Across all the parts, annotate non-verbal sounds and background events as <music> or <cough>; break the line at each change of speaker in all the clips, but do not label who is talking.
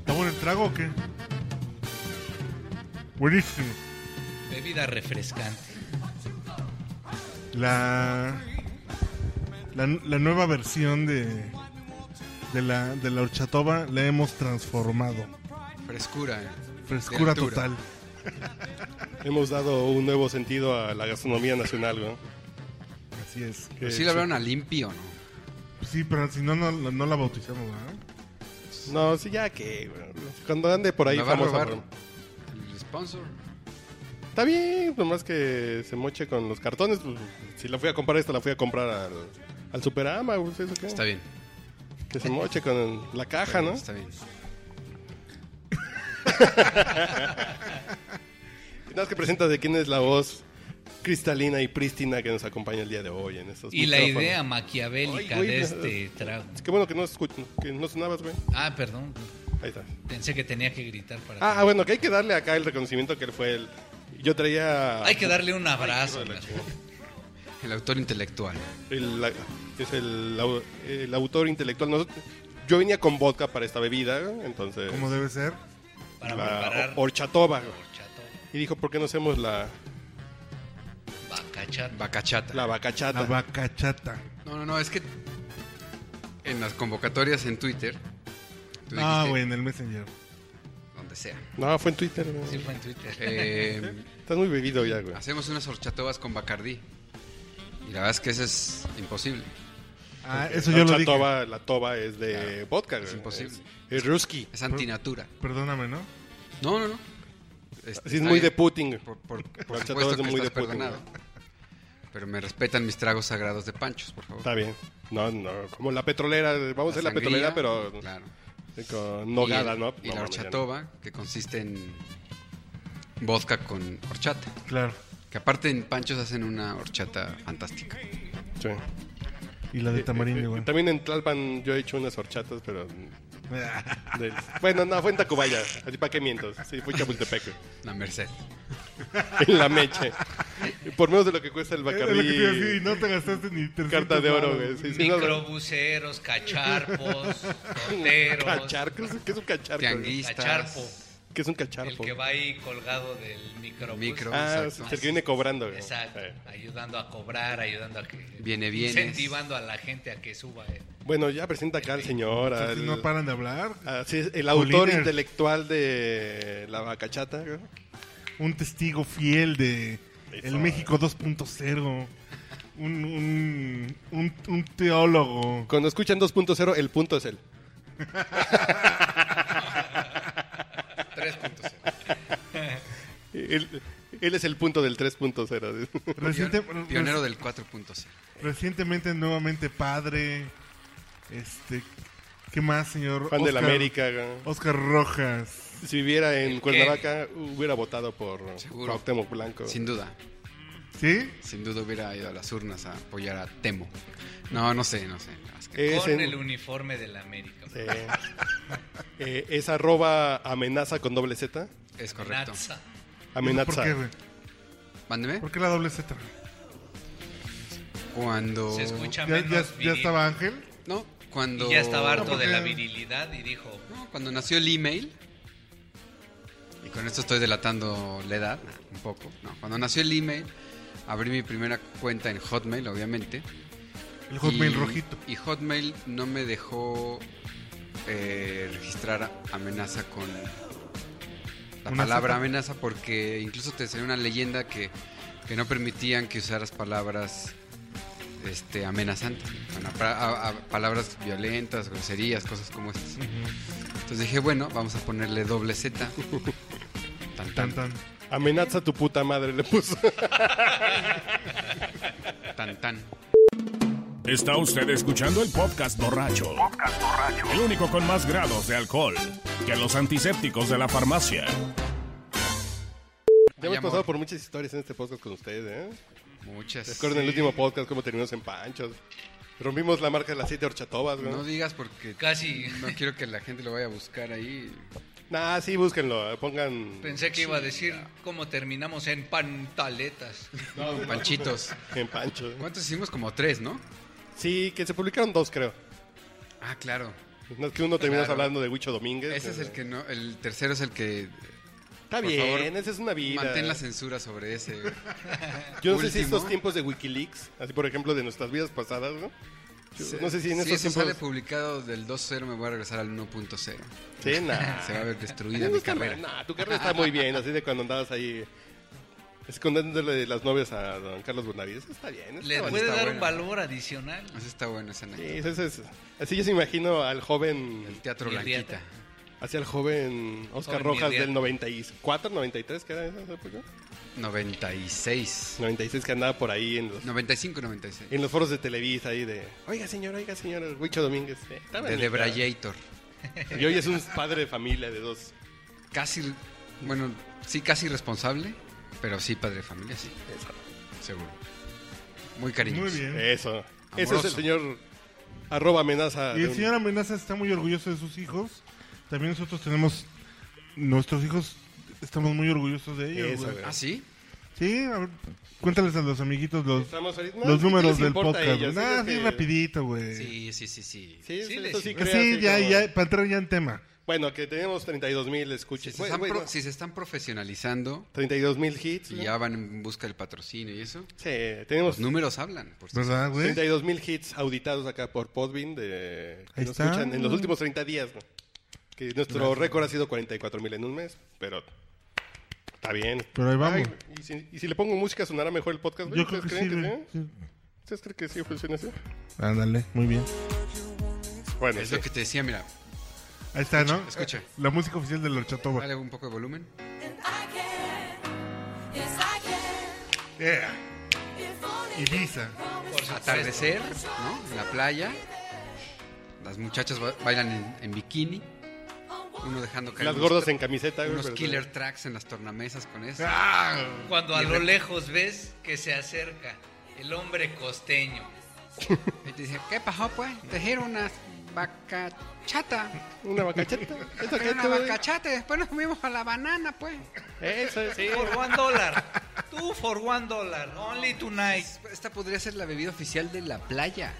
¿Está bueno el trago o qué? Buenísimo.
Bebida refrescante.
La, la, la nueva versión de, de, la, de la horchatoba la hemos transformado.
Frescura. eh.
Frescura
De altura.
total.
Hemos dado un nuevo sentido a la gastronomía nacional, ¿no?
Así es.
Que-
Pues Sí le hablaron a limpio, ¿no?
pues Sí, pero si no, no, no la bautizamos, ¿verdad?
No, sí, ya que. bueno, Cuando ande por ahí
Me va a
famosa.
robar
bueno.
el sponsor.
Está bien, nomás que se moche con los cartones. pues, si la fui a comprar esta, la fui a comprar al, al Superama. pues, ¿eso qué?
Está bien.
Que se moche con la caja, ¿no? <laughs>
Está bien.
Nada más que presenta de quién es la voz cristalina y prístina que nos acompaña el día de hoy en estos
Y la
micrófonos.
idea maquiavélica
Ay, güey,
de
me-
este trago.
Qué bueno que no, escu- que no sonabas, güey.
Ah, perdón.
Ahí está.
Pensé que tenía que gritar para...
Ah, ah, bueno, que hay que darle acá el reconocimiento que él fue el. Yo traía.
Hay que darle un abrazo.
Hijo de la
¿no?
chingada.
El autor intelectual.
El- la- es el, au- el autor intelectual. Nos- yo venía con vodka para esta bebida, entonces.
Como debe ser.
para
La
preparar...
o- horchatoba.
Chato,
Y dijo, ¿por qué no hacemos la,
bacachata.
Bacachata.
la bacachata?
La vacachata.
No, no, no, es que en las convocatorias en Twitter. tú
Ah,
dijiste,
güey, en el Messenger.
Donde sea.
no, fue en Twitter. güey.
Sí fue en Twitter.
<laughs>
Eh,
Estás muy bebido ya, güey.
hacemos unas horchatovas con Bacardí. Y la verdad es que eso es imposible.
Ah,
Porque
eso
la
yo lo dije.
horchatoba- La toba es de vodka, güey.
es imposible.
Es, es ruski.
Es antinatura.
Perdóname, ¿no?
No, no, no. Este,
Así es
está
muy
bien.
de Putin.
Por, por- por
Los
supuesto
chatos
que
son muy
estás
de puto,
perdonado. Pero me respetan mis tragos sagrados de panchos, por favor.
Está bien. No, no, como la petrolera. Vamos a hacer la petrolera,
sangría,
pero
Claro.
con nogada,
y el-
¿no?
Y
No, mames, ya
la
no.
horchatoba, que consiste en vodka con horchata.
Claro.
Que aparte en panchos hacen una horchata fantástica.
Sí.
Y la de
Eh,
tamarindo, güey.
También en Tlalpan yo he hecho unas horchatas, pero... del- Bueno, no, fue en Tacubaya. Así para qué mientos. Sí, fue en Chapultepec. güey.
La merced.
en la meche. Por menos de lo que cuesta
<laughs>
el
Es lo que te iba a decir, y
Bacardí.
no te gastaste ni 300
Carta de
varos,
oro, güey. Sí, sí, no, no.
Microbuceros, cacharpos,
<laughs>
torteros,
Cacharco, ¿qué es un cacharco? güey?
Tianguistas.
cacharpo,
¿Qué es un
el
cacharpo?
que va ahí colgado del microbús.
Micro.
Ah,
Exacto.
es el que viene cobrando. güey.
Exacto,
Eh.
ayudando a cobrar, ayudando a que...
Viene, vienes.
Incentivando a la gente a que suba. eh.
Bueno, ya presenta acá al señor,
Entonces,
al-
No paran de hablar.
Ah, sí, es el autor
Poliner.
intelectual de La Bacachata. güey.
Un testigo fiel de
Eso.
el México 2.0. Un, un, un, un teólogo.
Cuando escuchan 2.0, el punto
<laughs>
es él.
3.0.
Él, él es el punto del
<laughs>
3.0. ¿sí?
Reciente- pues,
Pionero del 4.0.
Recientemente nuevamente padre. Este, ¿qué más, señor?
Fan de la
Oscar-
América. güey.
Oscar Rojas.
Si viviera en
¿Qué?
Cuernavaca, hubiera votado por
Seguro.
Cuauhtémoc Blanco.
Sin duda.
¿Sí?
Sin duda hubiera ido a las urnas a apoyar a Temo. No, no sé, no sé. Es que-
Es
Con
en-
el uniforme de la América.
Sí. Eh, es arroba amenaza con doble Z.
Es correcto.
Natsa.
Amenaza.
¿Por qué, güey?
Mándeme.
¿Por qué la doble Z?
Cuando.
Se escucha
¿Ya,
menos
ya, ya
viril.
estaba Ángel?
No, cuando.
Y ya estaba harto de la
porque-
virilidad y dijo,
No, cuando nació el email. Y con esto estoy delatando la edad, un poco. No, cuando nació el email, abrí mi primera cuenta en Hotmail, obviamente.
El Hotmail
y-
rojito.
Y Hotmail no me dejó eh, registrar amenaza con la
Una
palabra
Z.
amenaza porque incluso te salió una leyenda que, que no permitían que usaras palabras este, amenazantes, bueno, pra- a- a- palabras violentas, groserías, cosas como estas. Entonces dije, bueno, vamos a ponerle doble Z.
<laughs>
Tan,
Tan,
tan,
tan.
Amenaza tu puta madre, le puso.
tan, tan.
Está usted escuchando el podcast borracho. El único con más grados de alcohol que los antisépticos de la farmacia.
Ya
Ay,
hemos
amor.
pasado por muchas historias en este podcast con ustedes, ¿eh?
Muchas.
Recuerden el
Sí.
último podcast, cómo terminamos en panchos. Rompimos la marca de las siete horchatobas, güey.
No digas porque
Casi
no quiero que la gente lo vaya a buscar ahí.
Nah, sí, búsquenlo. eh, Pongan
pensé que iba a decir cómo terminamos en pantaletas.
Panchitos.
en panchos.
¿Cuántos hicimos? Como tres, ¿no?
Sí, que se publicaron dos, creo.
Ah, claro.
No es que uno terminas
Claro.
hablando de Huicho Domínguez. eh,
Ese es el que no. El tercero es el que.
Está
por
bien,
favor,
esa es una vida.
Mantén la censura sobre ese. güey.
Yo no sé si
último.
estos tiempos de Wikileaks, así por ejemplo de nuestras vidas pasadas, ¿no? Yo no sé si en
Si
estos
eso sale
tiempos...
publicado del 2.0, me voy a regresar al 1.0. <laughs> Se
Sí, nah.
va a
Ay,
ver destruida
no
mi
está mal.
carrera.
Nah, tu carrera está muy bien, así de cuando andabas ahí escondiéndole las novias a don Carlos Bonavides. Eso Está bien. eso
Le
está
puede
bonito.
dar
bueno.
un valor adicional.
Esa está buena esa anécdota.
Sí, eso es- eso es- Así yo se imagino al
El
joven,
teatro
Y el
Blanquita.
hacia el joven Oscar
Joven
Rojas
Miguel.
del 94, 93, que era en esa época.
96.
96 que andaba por ahí en los
95, 96.
en los foros de Televisa ahí de oiga señor, oiga señor, el Huicho Domínguez. eh, estaba
De
en mi cara.
Debrayator.
Y hoy es un padre de familia de dos.
Casi, bueno, sí, casi responsable, pero sí padre de familia, sí,
Eso.
seguro. Muy cariñoso.
Muy bien.
Eso. Ese es
Amoroso.
el señor arroba amenaza.
Y
de
el
un-
señor Amenaza está muy orgulloso de sus hijos. También nosotros tenemos. Nuestros hijos estamos muy orgullosos de ellos.
Eso,
güey.
güey.
¿Ah, sí?
Sí, a ver, cuéntales a los amiguitos los,
Estamos ahorita- no,
los
¿qué les
números del
importa a
podcast.
ellos?
Nah,
Ellos
sí,
que-
rapidito, güey. Sí,
Sí, sí, sí, sí.
Sí,
Sí,
eso
les-
sí,
Sí,
creo, así
ya,
como-
ya, para entrar ya en tema.
Bueno, que tenemos 32 mil
Si
escuches.
se,
Bueno,
están
bueno,
pro- si se están profesionalizando
32 mil hits.
y
¿no?
ya van en busca del patrocinio y eso,
Sí, tenemos
los números hablan. Por sí.
¿Verdad, güey?
32 mil hits auditados acá por Podbean de, que
Ahí
nos
está.
escuchan en los últimos 30 días. ¿no? Que nuestro récord ha sido 44 mil en un mes, pero está bien.
Pero ahí vamos.
Ay, ¿y, si, y si le pongo música sonará mejor el podcast? güey?
Yo creo que
¿Ustedes
sí,
creen
güey.
sí?
Sí.
¿Ustedes creen que sí funciona así?
Ándale, muy bien.
Bueno,
Es
sí.
lo que te decía, mira,
Ahí está, ¿no?
escucha.
La música oficial de la Orchatoba.
dale un poco de volumen.
And I can, yes I can,
Yeah.
if only
Eh, Ibiza.
Atardecer, ¿no? En la playa. Las muchachas ba- bailan en, en bikini. Uno dejando caer
las
unos
gordas
tra-
en camiseta. güey,
unos
pero-
killer tracks en las tornamesas con eso.
Cuando a lo lejos ves que se acerca el hombre costeño.
Y te dice, ¿qué pasó, pues? Te dieron unas bacachata.
Una
<laughs>
bacacheta. Eso que
Era una
tú-
bacachata y después nos fuimos a la banana, pues.
Eso, sí.
For one dollar. Tú for one dollar. Only tonight.
Esta podría ser la bebida oficial de la playa.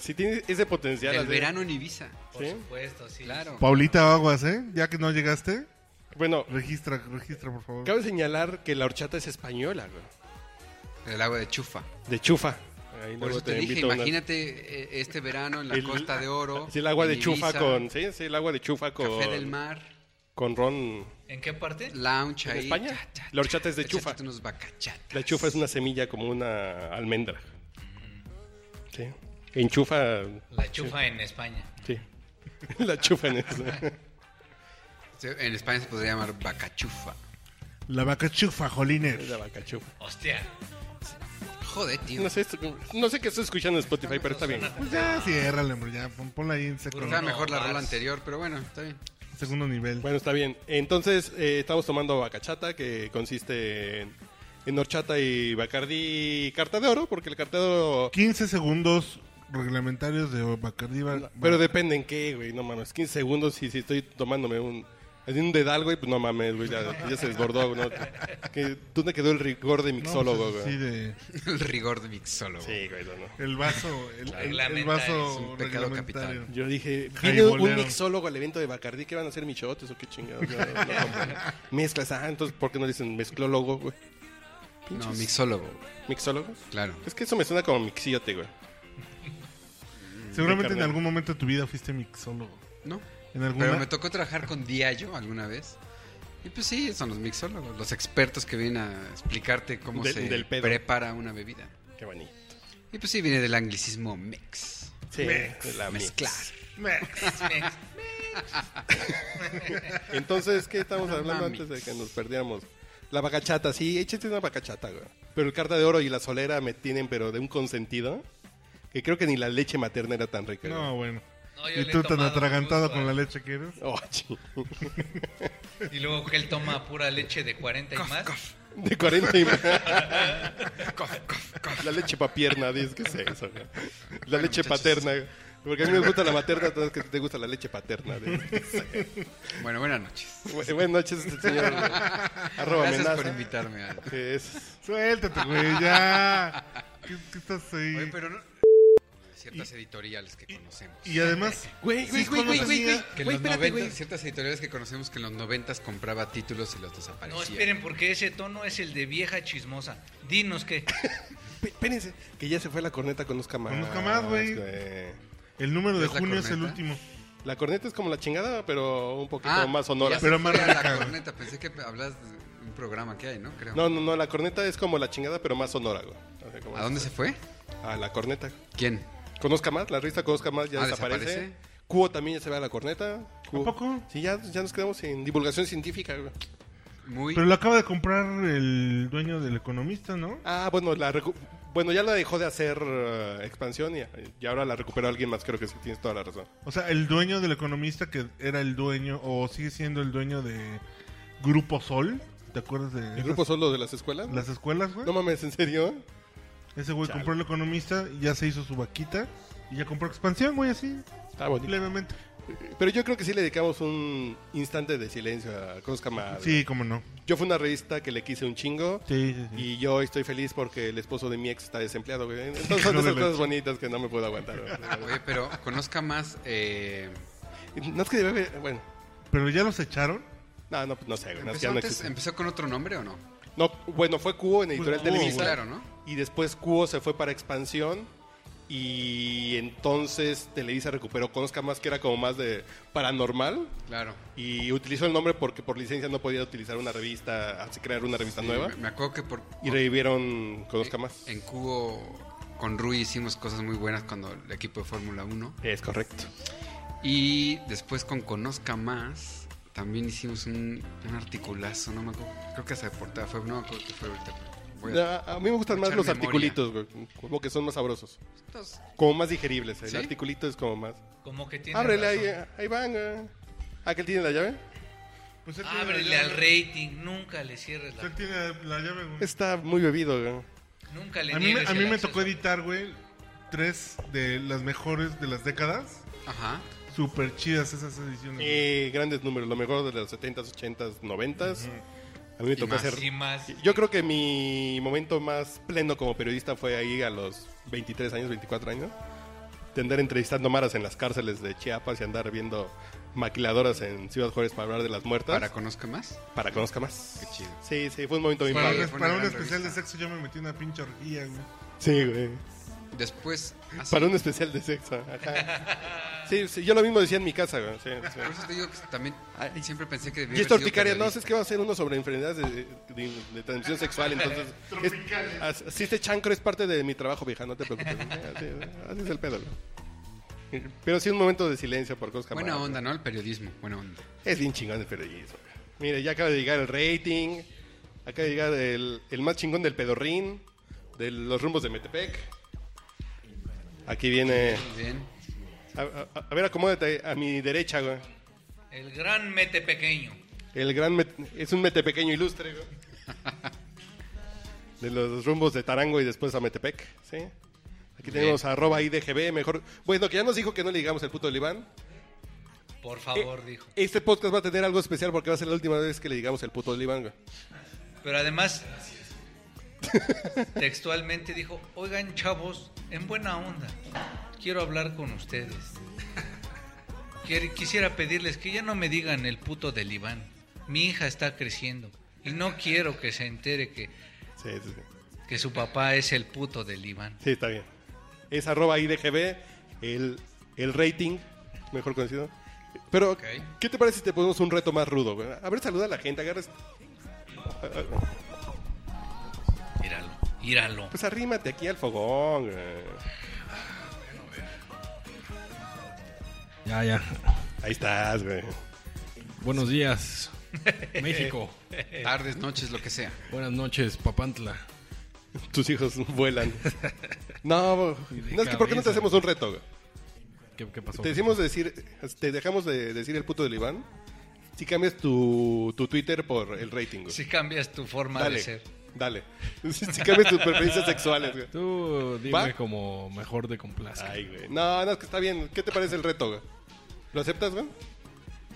Si tiene ese potencial.
Del
así.
verano en Ibiza.
Por
Sí.
supuesto, sí.
Claro.
Paulita Aguas, ¿eh? Ya que no llegaste,
Bueno,
registra, registra, por favor.
cabe señalar que la horchata es española, güey.
El agua de chufa.
De chufa. Ahí
Por
luego
eso te, dije,
invito a unas-
imagínate eh, este verano en la
El- ah,
Costa de Oro.
Sí, el agua
en
de chufa
Ibiza,
con. Sí, sí, el agua de chufa con.
Café del mar,
Con ron.
¿En qué parte?
lounge
¿En
ahí.
España? La horchata es de chufa.
échate unos bacachatas.
La chufa es una semilla como una almendra. Sí. En chufa.
La chufa en España.
Sí. <laughs> La chufa en
<laughs>
eso.
Sí, En España se podría llamar bacachufa.
La vaca chufa, jolines.
Es la vaca chufa.
Hostia.
Joder, tío.
No sé, esto- no sé qué estoy escuchando en Spotify,
<laughs>
pero está bien.
Pues ya, ciérrale, hombre, ya. pon- Ponla ahí en seco-
Estaba
Bruno
mejor la
Mars.
rola anterior, pero bueno, está bien. <laughs>
segundo nivel.
Bueno, está bien. Entonces, eh, estamos tomando bacachata, que consiste en, en horchata y bacardí y carta de oro, porque el carta de oro...
15 segundos reglamentarios de Bacardi. va- va-
Pero depende en qué, güey, no mames. 15 segundos y si estoy tomándome un... En un dedal, güey, pues no mames, güey, ya, ya se desbordó, ¿no? Que- ¿Dónde quedó el rigor de
No, pues,
mixólogo,
Sí,
güey?
de,
El rigor de mixólogo.
Sí, güey, no, no.
el vaso. El, el- el
Reglamentario,
vaso
es
un pecado
reglamentario.
capital.
Yo dije, viene
Jaibolero.
un mixólogo al evento de Bacardí, ¿qué van a hacer michotes o qué chingados? No, <laughs> no, güey. Mezclas, ah, entonces, ¿por qué no dicen mezclólogo, güey?
No, mixólogo,
¿Mixólogo?
claro.
Es que eso me suena como mixiote, güey.
Seguramente en
carnal.
algún momento de tu vida fuiste mixólogo.
No.
En alguna...
Pero me tocó trabajar con Diallo alguna vez. Y pues sí, son los mixólogos, los expertos que vienen a explicarte cómo
Del-
se
del pedo.
prepara una bebida.
Qué bonito.
Y pues sí, viene del anglicismo mix.
Sí, la
Mezclar.
Entonces, ¿qué estamos hablando
Mami.
antes de que nos perdiéramos? La bacachata, sí, échate una bacachata, güey. Pero el carta de oro y la solera me tienen, pero de un consentido, que creo que ni la leche materna era tan rica. güey.
No, bueno.
No, yo
Y
le he
tú tan
tomado
atragantado
justo
con
a-
la
eh.
leche que eres.
Oh, chi.
Y luego que él toma pura leche de 40 y más.
De 40 y más. <laughs>
<laughs>
La leche papierna, dices, ¿qué es eso? güey? La leche
muchachos.
paterna. güey. Porque a mí me gusta la materna, entonces que te gusta la leche paterna. dices.
Bueno, buenas noches.
Bu- Buenas noches, este señor. güey. Arroba
Gracias por
amenaza.
invitarme. Al...
que es-
Suéltate, güey, ya. ¿Qué, qué estás ahí?
Oye, pero no... Ciertas editoriales que conocemos.
Y además,
Güey,
güey, güey, güey, güey, güey.
Que en los 90, ciertas editoriales que conocemos que en los 90 compraba títulos y los desaparecía.
No, esperen, porque ese tono es el de vieja chismosa. Dinos que
P- Espérense, que ya se fue la corneta, conozca más.
Conozca más, güey. el número de
¿Es la
junio es el
corneta?
último.
La corneta es como la chingada, pero un poquito
Ah,
más sonora.
ya se
Pero
fue
más
a la
rica.
corneta, pensé que hablas de un programa que hay, ¿no? Creo.
No, no, no, la corneta es como la chingada, pero más sonora, güey. O sea, como-
¿A dónde se fue?
A la corneta.
¿Quién?
Conozca más, la revista Conozca más ya
Ah,
desaparece.
¿desaparece?
Cubo también ya se va a la corneta. Cubo.
¿A poco?
Sí, ya, ya nos quedamos en divulgación científica. güey.
Muy
Pero lo acaba de comprar el dueño del economista, ¿no?
Ah, bueno, la recu- bueno, ya la dejó de hacer eh, expansión y, y ahora la recuperó alguien más, creo que sí, tienes toda la razón.
O sea, el dueño del economista que era el dueño, o sigue siendo el dueño de Grupo Sol. ¿Te acuerdas de
¿El
esas-
grupo solo de las escuelas?
las escuelas, güey?
No mames, ¿en serio?
Ese güey compró el economista, ya se hizo su vaquita y ya compró expansión, güey, así,
Está bonito.
levemente.
Pero yo creo que sí le dedicamos un instante de silencio a Conozca más.
Sí, cómo no.
Yo fui una revista que le quise un chingo.
Sí, sí, sí.
Y yo estoy feliz porque el esposo de mi ex está desempleado, güey.
<laughs>
Entonces
Hijo
son
de
esas
la
cosas bonitas que no me puedo
<laughs>
aguantar. güey.
Oye, pero conozca más. eh,
No es que debe haber- Bueno,
Pero ya los echaron.
no, no, no sé, güey. no, es que
¿empezó,
ya no
antes-
existe.
¿Empezó con otro nombre o no?
No, bueno, fue Cubo en Editorial
Cubo,
Televisa.
Pues, claro, ¿no?
Y después Cubo se fue para Expansión. Y entonces Televisa recuperó Conozca Más, que era como más de paranormal.
Claro.
Y utilizó el nombre porque por licencia no podía utilizar una revista, así crear una revista nueva.
Me, me acuerdo que por.
Y revivieron Conozca
en-
Más.
En Cubo con Rui hicimos cosas muy buenas cuando el equipo de Fórmula 1.
Es correcto.
Y después con Conozca Más también hicimos un, un articulazo, no me acuerdo. Creo que hasta de portada fue, no me acuerdo que fue ahorita. pero voy a-
Ya, Ah, A, mí me gustan más
echar
los
memoria.
articulitos, güey, como que son más sabrosos.
Entonces,
Como más digeribles. El
¿Sí?
articulito es como más.
como que tiene
Ábrele ahí,
razón.
eh, ahí van. eh. Ah, que él tiene la llave.
Pues él tiene la
Ábrele
llave. Pues
al rating, nunca le cierres la
Él tiene la llave, güey.
Está muy bebido, güey.
nunca le
A mí, me-
niegues
a mí
el
me
acceso.
tocó editar, güey, tres de las mejores de las décadas.
ajá.
Súper chidas esas ediciones. güey.
Eh, grandes números, lo mejor de los 70s, 80s, 90s. A mí me tocó
más.
hacer.
Y más.
Yo creo que mi momento más pleno como periodista fue ahí a los 23 años, 24 años. De andar entrevistando maras en las cárceles de Chiapas y andar viendo maquiladoras en Ciudad Juárez para hablar de las muertas.
Para
Para,
Conozca Más.
conozca más.
Qué chido.
Sí, sí, fue un momento bien
Para,
padre.
un,
fue una
para un
gran
especial de
revista.
sexo yo me metí una pinche orgía, güey.
Sí, güey.
Después. así-
Para un especial de sexo. Ajá.
<laughs>
Sí, sí, yo lo mismo decía en mi casa, güey. Sí, sí.
Por eso te digo Pues que también siempre pensé que debía
Y
haber
esto
sido
urticaria, no,
periodista.
es que va a ser uno sobre enfermedades de, de- de transmisión
<laughs>
sexual, entonces... es- as- así este chancro es parte de mi trabajo, vieja, no te preocupes. <laughs> Así, así es el pedo. güey. Pero sí un momento de silencio por cosas
Buena onda, ¿no? El periodismo, buena onda.
Es bien chingón el periodismo. güey. Mire, ya acaba de llegar el rating, acaba de llegar el, el más chingón del pedorrín, de los rumbos de Metepec. Aquí viene...
Bien.
A, a- a ver, acomódate a mi derecha, güey.
El gran mete pequeño.
El gran met- es un metepequeño ilustre, güey. De los rumbos de Tarango y después a Metepec, ¿sí? Aquí tenemos arroba IDGB, mejor... Bueno, que ya nos dijo que no le digamos el puto del Iván.
Eh,
Por favor, dijo.
Este podcast va a tener algo especial porque va a ser la última vez que le digamos el puto del Iván, güey.
Pero además, textualmente dijo, oigan chavos, en buena onda, quiero hablar con ustedes. Quier- Quisiera pedirles que ya no me digan el puto del Iván. Mi hija está creciendo y no quiero que se entere que,
Sí, sí, sí.
que su papá es el puto del Iván.
Sí, está bien. Es arroba IDGB, el, el rating, mejor conocido. Pero,
Ok.
¿qué te parece si te ponemos un reto más rudo? güey? A ver, saluda a la gente, agarras...
Míralo, míralo.
Pues arrímate aquí al fogón, güey.
Ya, ya.
Ahí estás, güey.
Buenos días, México.
Tardes, noches, lo que sea.
Buenas noches, Papantla.
<laughs> Tus hijos vuelan. No, no es que ¿por qué no te
cabeza.
hacemos un reto? güey?
¿Qué, qué pasó?
Te decimos decir, te dejamos de decir el puto del Iván. Si cambias tu, tu Twitter por el rating, güey.
Si cambias tu forma de
dale,
ser.
dale. <laughs> Si cambias tus preferencias sexuales, güey.
Tú dime
¿Va?
como mejor de complazca.
Ay, güey. No, no, es que está bien. ¿Qué te parece el reto, güey? ¿Lo aceptas, güey?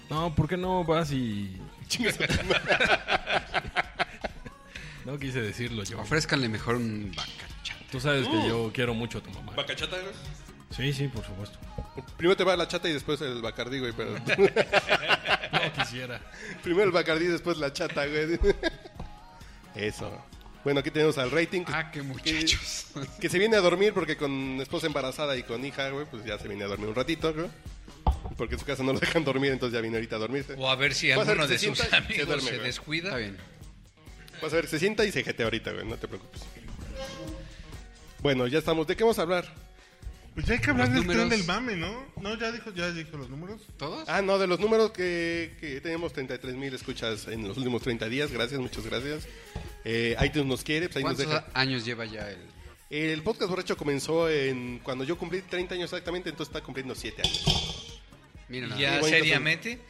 No, ¿por qué no vas y...?
<laughs> Chingas a tu madre.
No quise decirlo yo.
Ofrézcanle mejor un bacacha.
Tú sabes que yo quiero mucho a tu mamá.
Uh. ¿Bacachata, güey?
Sí, sí, por
<laughs>
supuesto.
Primero te va la chata y después el bacardí, güey. Pero... <laughs>
No quisiera.
Primero el bacardí, después la chata, güey. <laughs> Eso. Bueno, aquí tenemos al rating. que-
Ah, qué muchachos.
Que se viene a dormir porque con esposa embarazada y con hija, güey, pues ya se viene a dormir un ratito, güey. Porque en su casa no lo dejan dormir, entonces ya viene ahorita a dormirse.
O a ver si
Vas a ver
alguno
que
de
se
sus
sienta y se
amigos se,
duerme, güey.
Está
descuida.
bien.
Vas a ver, se sienta y se jetea ahorita, güey, no te preocupes. Bueno, ya estamos. ¿De qué vamos a hablar?
Pues ya hay que hablar
Los
del tren
números.
del mame, ¿no? No, ya dijo, ya dijo los números.
¿Todos?
Ah, no, de los números que, que tenemos 33 mil escuchas en los últimos 30 días. Gracias, muchas gracias. Eh, iTunes nos quiere, pues ahí nos
¿Cuántos
deja. Eh,
años lleva ya el...?
El podcast borracho comenzó en cuando yo cumplí 30 años exactamente, entonces está cumpliendo 7 años.
Mira,
Y
nada
ya
bonito son.
seriamente,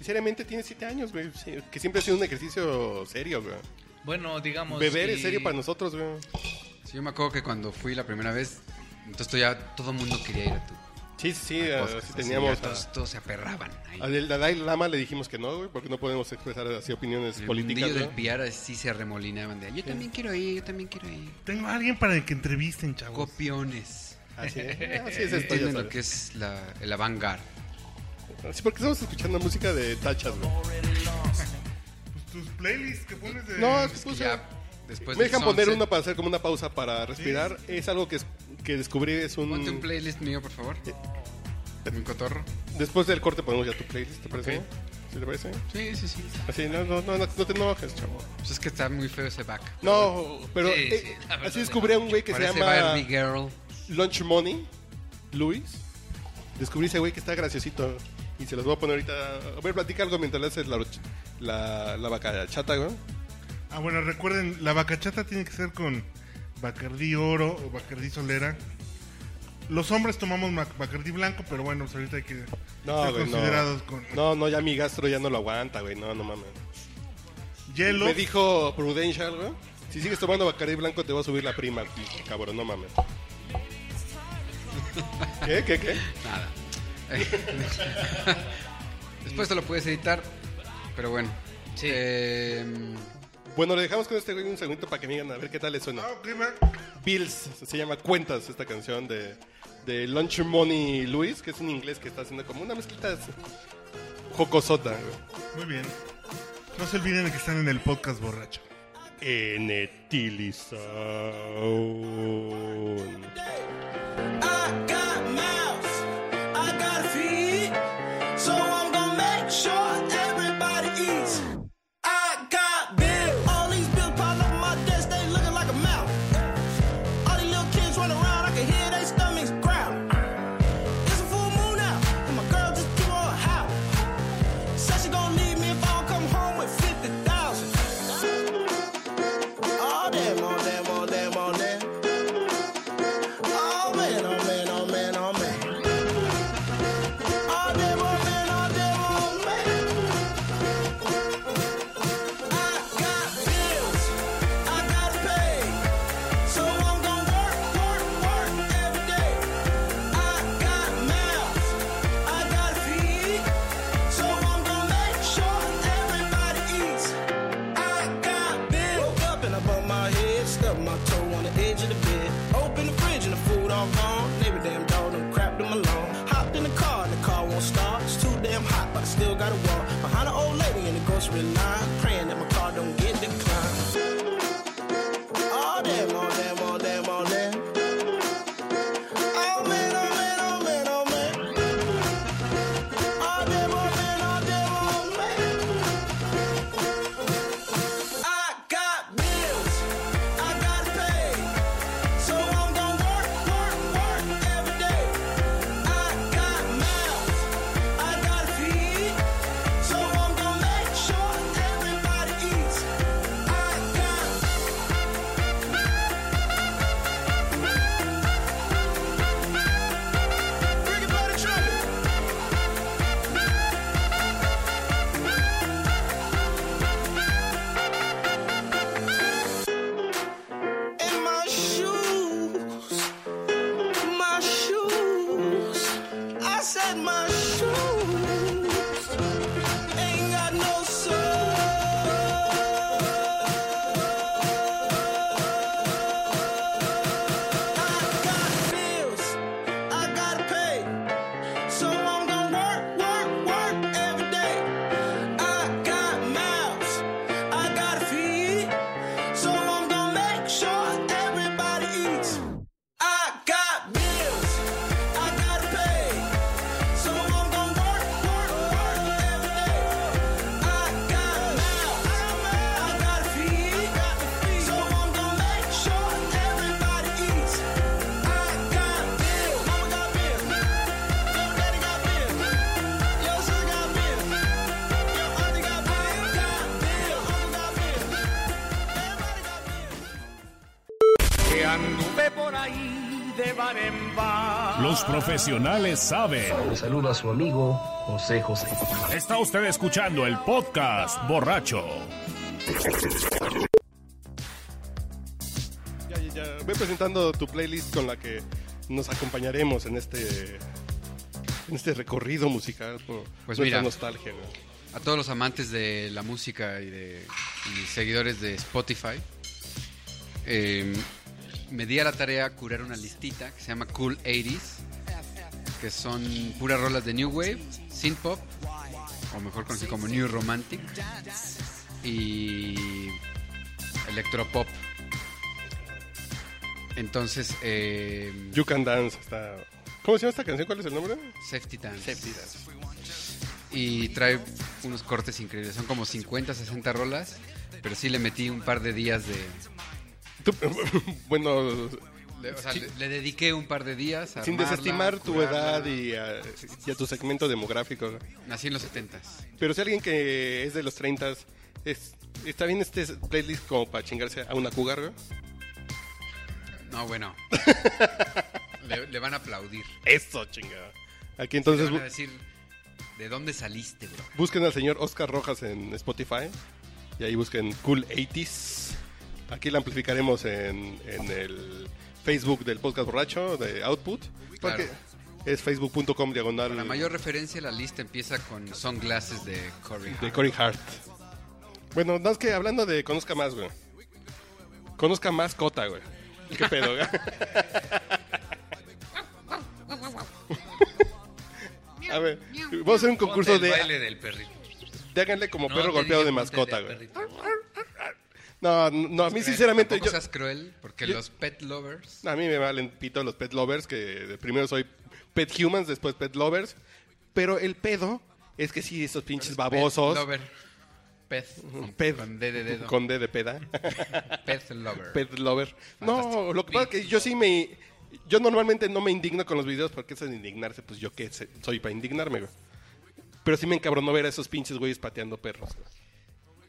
Y seriamente tiene 7 años, güey. sí, que siempre ha sido un ejercicio serio, güey.
bueno,
Oh,
digamos...
Beber es
y-
serio para nosotros, güey.
más. Sí, yo me acuerdo que cuando fui la primera vez, entonces to- ya todo el mundo quería ir a tu
Sí, sí, sí,
podcast,
así
pues, así,
teníamos. ah.
ya todos, todos se aperraban ahí.
a- Al Dalai Lama le dijimos que no, güey, porque no podemos expresar así opiniones
el
políticas.
mundillo del
güey.
piara sí se arremolinaban de, yo también quiero ir, yo también quiero ir.
Tengo a alguien para el que entrevisten, chavos.
Copiones.
Así, es, así es
<laughs>
esto, ya
Entienden lo
sabes.
que es la, el avangar.
Así porque estamos escuchando música de tachas, güey.
Pues tus playlists que pones de...
No, es que
Es que
puse-
ya
Pues
después
eh, Me
del
dejan poner
sunset-
una para hacer como una pausa para respirar. Es algo que, es- que descubrí, es un...
Ponte un playlist mío, por favor.
Eh,
¿Un cotorro?
Después del corte ponemos ya tu playlist, ¿te parece?
Ok.
¿Sí te parece?
Sí, sí, sí.
Así, no, no, no, no, no te enojes, chavo.
Pues es que está muy feo ese back.
No, pero
Sí,
eh,
sí, la verdad,
así descubrí a un güey que se
Parece
llama
Barbie Girl.
Lunch Money, Luis. Descubrí ese güey que está graciosito y se los voy a poner ahorita. A ver, platica algo mientras le haces la, roch- la, la vaca chata, güey.
Ah, bueno, recuerden, la bacachata tiene que ser con Bacardí Oro o Bacardí Solera. Los hombres tomamos ma- Bacardí Blanco, pero bueno, pues ahorita hay que
No,
ser
güey,
considerados
no.
con
No, no, ya mi gastro ya no lo aguanta, güey. No, no mames.
hielo.
Me dijo Prudential, güey. Si sigues tomando Bacardi blanco te va a subir la prima, cabrón, no mames. ¿Qué, qué, qué?
Nada. Después te lo puedes editar, pero bueno.
Sí.
Eh,
Bueno, le dejamos con este güey un segundito para que me digan a ver qué tal le suena.
Ah, ok, va.
Bills, se llama Cuentas esta canción de, de Lunch Money Luis, que es un inglés que está haciendo como una mezquita así, jocosota güey.
Muy bien. No se olviden de que están en el podcast borracho.
en Etilizaun.
I got mouths, I got feet, so I'm gonna make sure everybody eats. I got bills, all these bills piled up on my desk, they looking like a mouth. All these little kids run around, I can hear their stomachs growl. It's a full moon out, and my girl just keep on howl. Said she gon' leave me if I don't come home with fifty thousand. All damn, all damn, all damn, all damn. Oh man, oh man, oh man, oh man. Oh man, oh man, oh man, oh man. I got bills, I got paid, so I'm gonna work, work, work every day. I got mouths, I got feet, so I'm gonna make sure everybody eats. I got bills. Woke up and I bumped my head, stubbed my toe on the edge of the bed. Open the fridge and the food all gone. Neighbor damn dog done crapped them along. Hopped in the car and the car won't start. It's too damn hot, but I still gotta walk. Behind an old lady in the grocery line, praying that my car don't get declined. All damn, all damn, all damn, all damn. Oh man, oh man, oh man, oh man. All damn, all man, all damn, oh man. I got bills, I got pay, que anduve por ahí de bar en bar.
Los profesionales saben.
Le saluda a su amigo José José.
Está usted escuchando el podcast borracho.
Ya, ya, ya. Ve presentando tu playlist con la que nos acompañaremos en este en este recorrido musical por
Pues
nuestra
mira.
nostalgia. güey.
A todos los amantes de la música y de y seguidores de Spotify, eh, me di a la tarea curar una listita que se llama Cool 80s, que son puras rolas de New Wave, Synth Pop, o mejor conocido como New Romantic, y Electropop. Entonces, eh,
You Can Dance está... ¿Cómo se llama esta canción? ¿Cuál es el nombre?
Safety Dance. Y trae unos cortes increíbles. Son como 50, 60 rolas. Pero sí le metí un par de días de.
Tú- <laughs> bueno,
le- o sea, le, le dediqué un par de días a.
sin
armarla,
desestimar tu
curarla.
edad y a, y a tu segmento demográfico. güey.
Nací en los 70
Pero si alguien que es de los 30 es, está bien este playlist como para chingarse a una cougar, güey?
No,
<laughs>
bueno. le, le van a aplaudir.
Eso, chingada. Aquí
Entonces,
entonces
van
bu-
a decir: ¿de dónde saliste, bro?
busquen al señor Oscar Rojas en Spotify y ahí busquen Cool 80s. Aquí la amplificaremos en, en el Facebook del podcast borracho de Output. Porque es facebook.com diagonal
La mayor referencia a la lista empieza con Sunglasses de Corey.
de
Hart.
Cory Hart. Bueno, nada más que hablando de Conozca Más, güey. Conozca Más Cota, güey. ¿Qué pedo, güey? A ver, vamos a hacer un concurso
Ponte el
de...
baile del perrito.
de háganle como
No,
perro
te
golpeado
dije,
de
ponte el
mascota,
del
güey.
perrito.
No, no, a mí sinceramente
Tampoco
yo...
seas cruel, porque los pet lovers.
A mí me valen pito los pet lovers, que de primero soy pet humans, después pet lovers. Pero el pedo es que sí, esos pinches babosos.
Pet lover. Pez.
Pez.
Con D de dedo.
Con D de peda.
Pez lover.
pet lover. No,
Fantástico.
lo que pasa es que yo sí me... Yo normalmente no me indigno con los videos porque eso de indignarse, pues yo qué sé, soy para indignarme, güey. Pero sí me encabronó ver a esos pinches güeyes pateando perros. güey.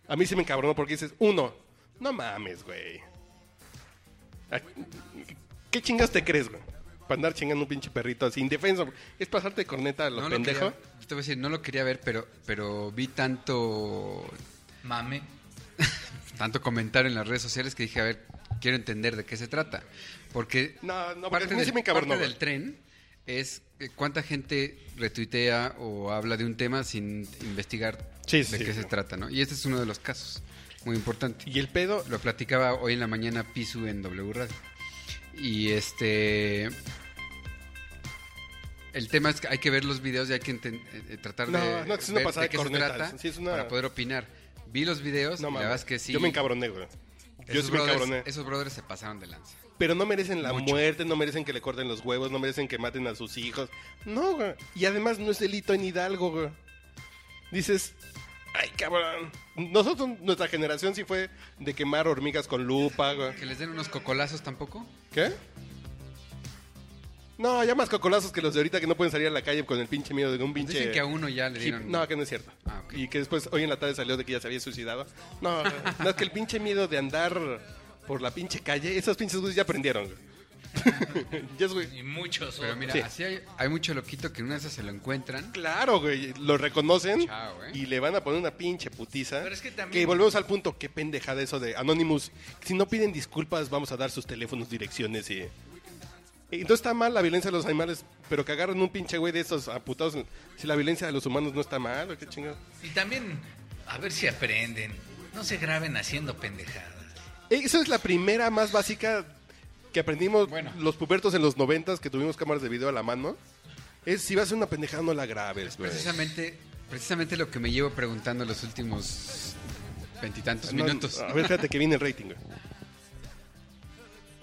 A mí sí me encabronó porque dices, uno, no mames, güey. ¿A- ¿Qué chingas te crees, güey? Para andar chingando un pinche perrito así, indefenso. Es pasarte corneta a los
No lo
pendejos.
quería- yo te voy a decir, no lo quería ver, pero, pero vi tanto,
Mame.
tanto comentario en las redes sociales que dije, a ver, quiero entender de qué se trata. Porque
No, no, porque a
parte,
mí sí
del,
me encabronó,
parte
güey.
del tren es eh, cuánta gente retuitea o habla de un tema sin investigar
Sí,
de
sí,
qué
sí.
se trata, ¿no? Y este es uno de los casos, muy importante.
Y el pedo,
Lo platicaba hoy en la mañana Pisu en W Radio. Y este. El tema es que hay que ver los videos y hay que enten- eh, tratar
No,
de
no, es una
ver
pasada
de
de
qué se
cornetas.
trata
Sí, es una-
para poder opinar. Vi los videos
no
y la
mames.
verdad es que sí.
Yo me encabroné, güey. Yo
esos
sí me encabroné.
brothers, esos brothers se pasaron de lanza.
Pero no merecen la
Mucho.
muerte, no merecen que le corten los huevos, no merecen que maten a sus hijos. No, güey. Y además no es delito en Hidalgo, güey. Dices, ay, cabrón. Nosotros, nuestra generación sí fue de quemar hormigas con lupa, güey.
Que les den unos cocolazos tampoco.
¿Qué? No, ya más cocolazos que los de ahorita que no pueden salir a la calle con el pinche miedo de un pinche...
Dicen que a uno ya le
hip-
dieron.
No, que no es cierto.
Ah, ok.
Y que después hoy en la tarde salió de que ya se había suicidado. No, no, es que el pinche miedo de andar por la pinche calle, esos pinches güeyes ya aprendieron. güey. <laughs> Ya es, güey.
Y muchos.
Pero
otros.
mira,
Sí.
así hay, hay mucho loquito que una de esas se lo encuentran.
Claro, güey, lo reconocen
Chao, eh.
y le van a poner una pinche putiza.
Pero es que también-
volvemos al punto, qué pendejada eso de Anonymous. Si no piden disculpas, vamos a dar sus teléfonos, direcciones y... Entonces está mal la violencia de los animales, pero que agarren un pinche güey de esos aputados. Si la violencia de los humanos no está mal, ¿o qué chingado.
Y también, a ver si aprenden. No se graben haciendo pendejadas.
Esa es la primera más básica que aprendimos
Bueno.
los pubertos en los noventas que tuvimos cámaras de video a la mano. Es si vas a hacer una pendejada no la grabes, güey.
Precisamente, precisamente lo que me llevo preguntando los últimos veintitantos
No,
minutos.
A ver, espérate que viene el rating, güey.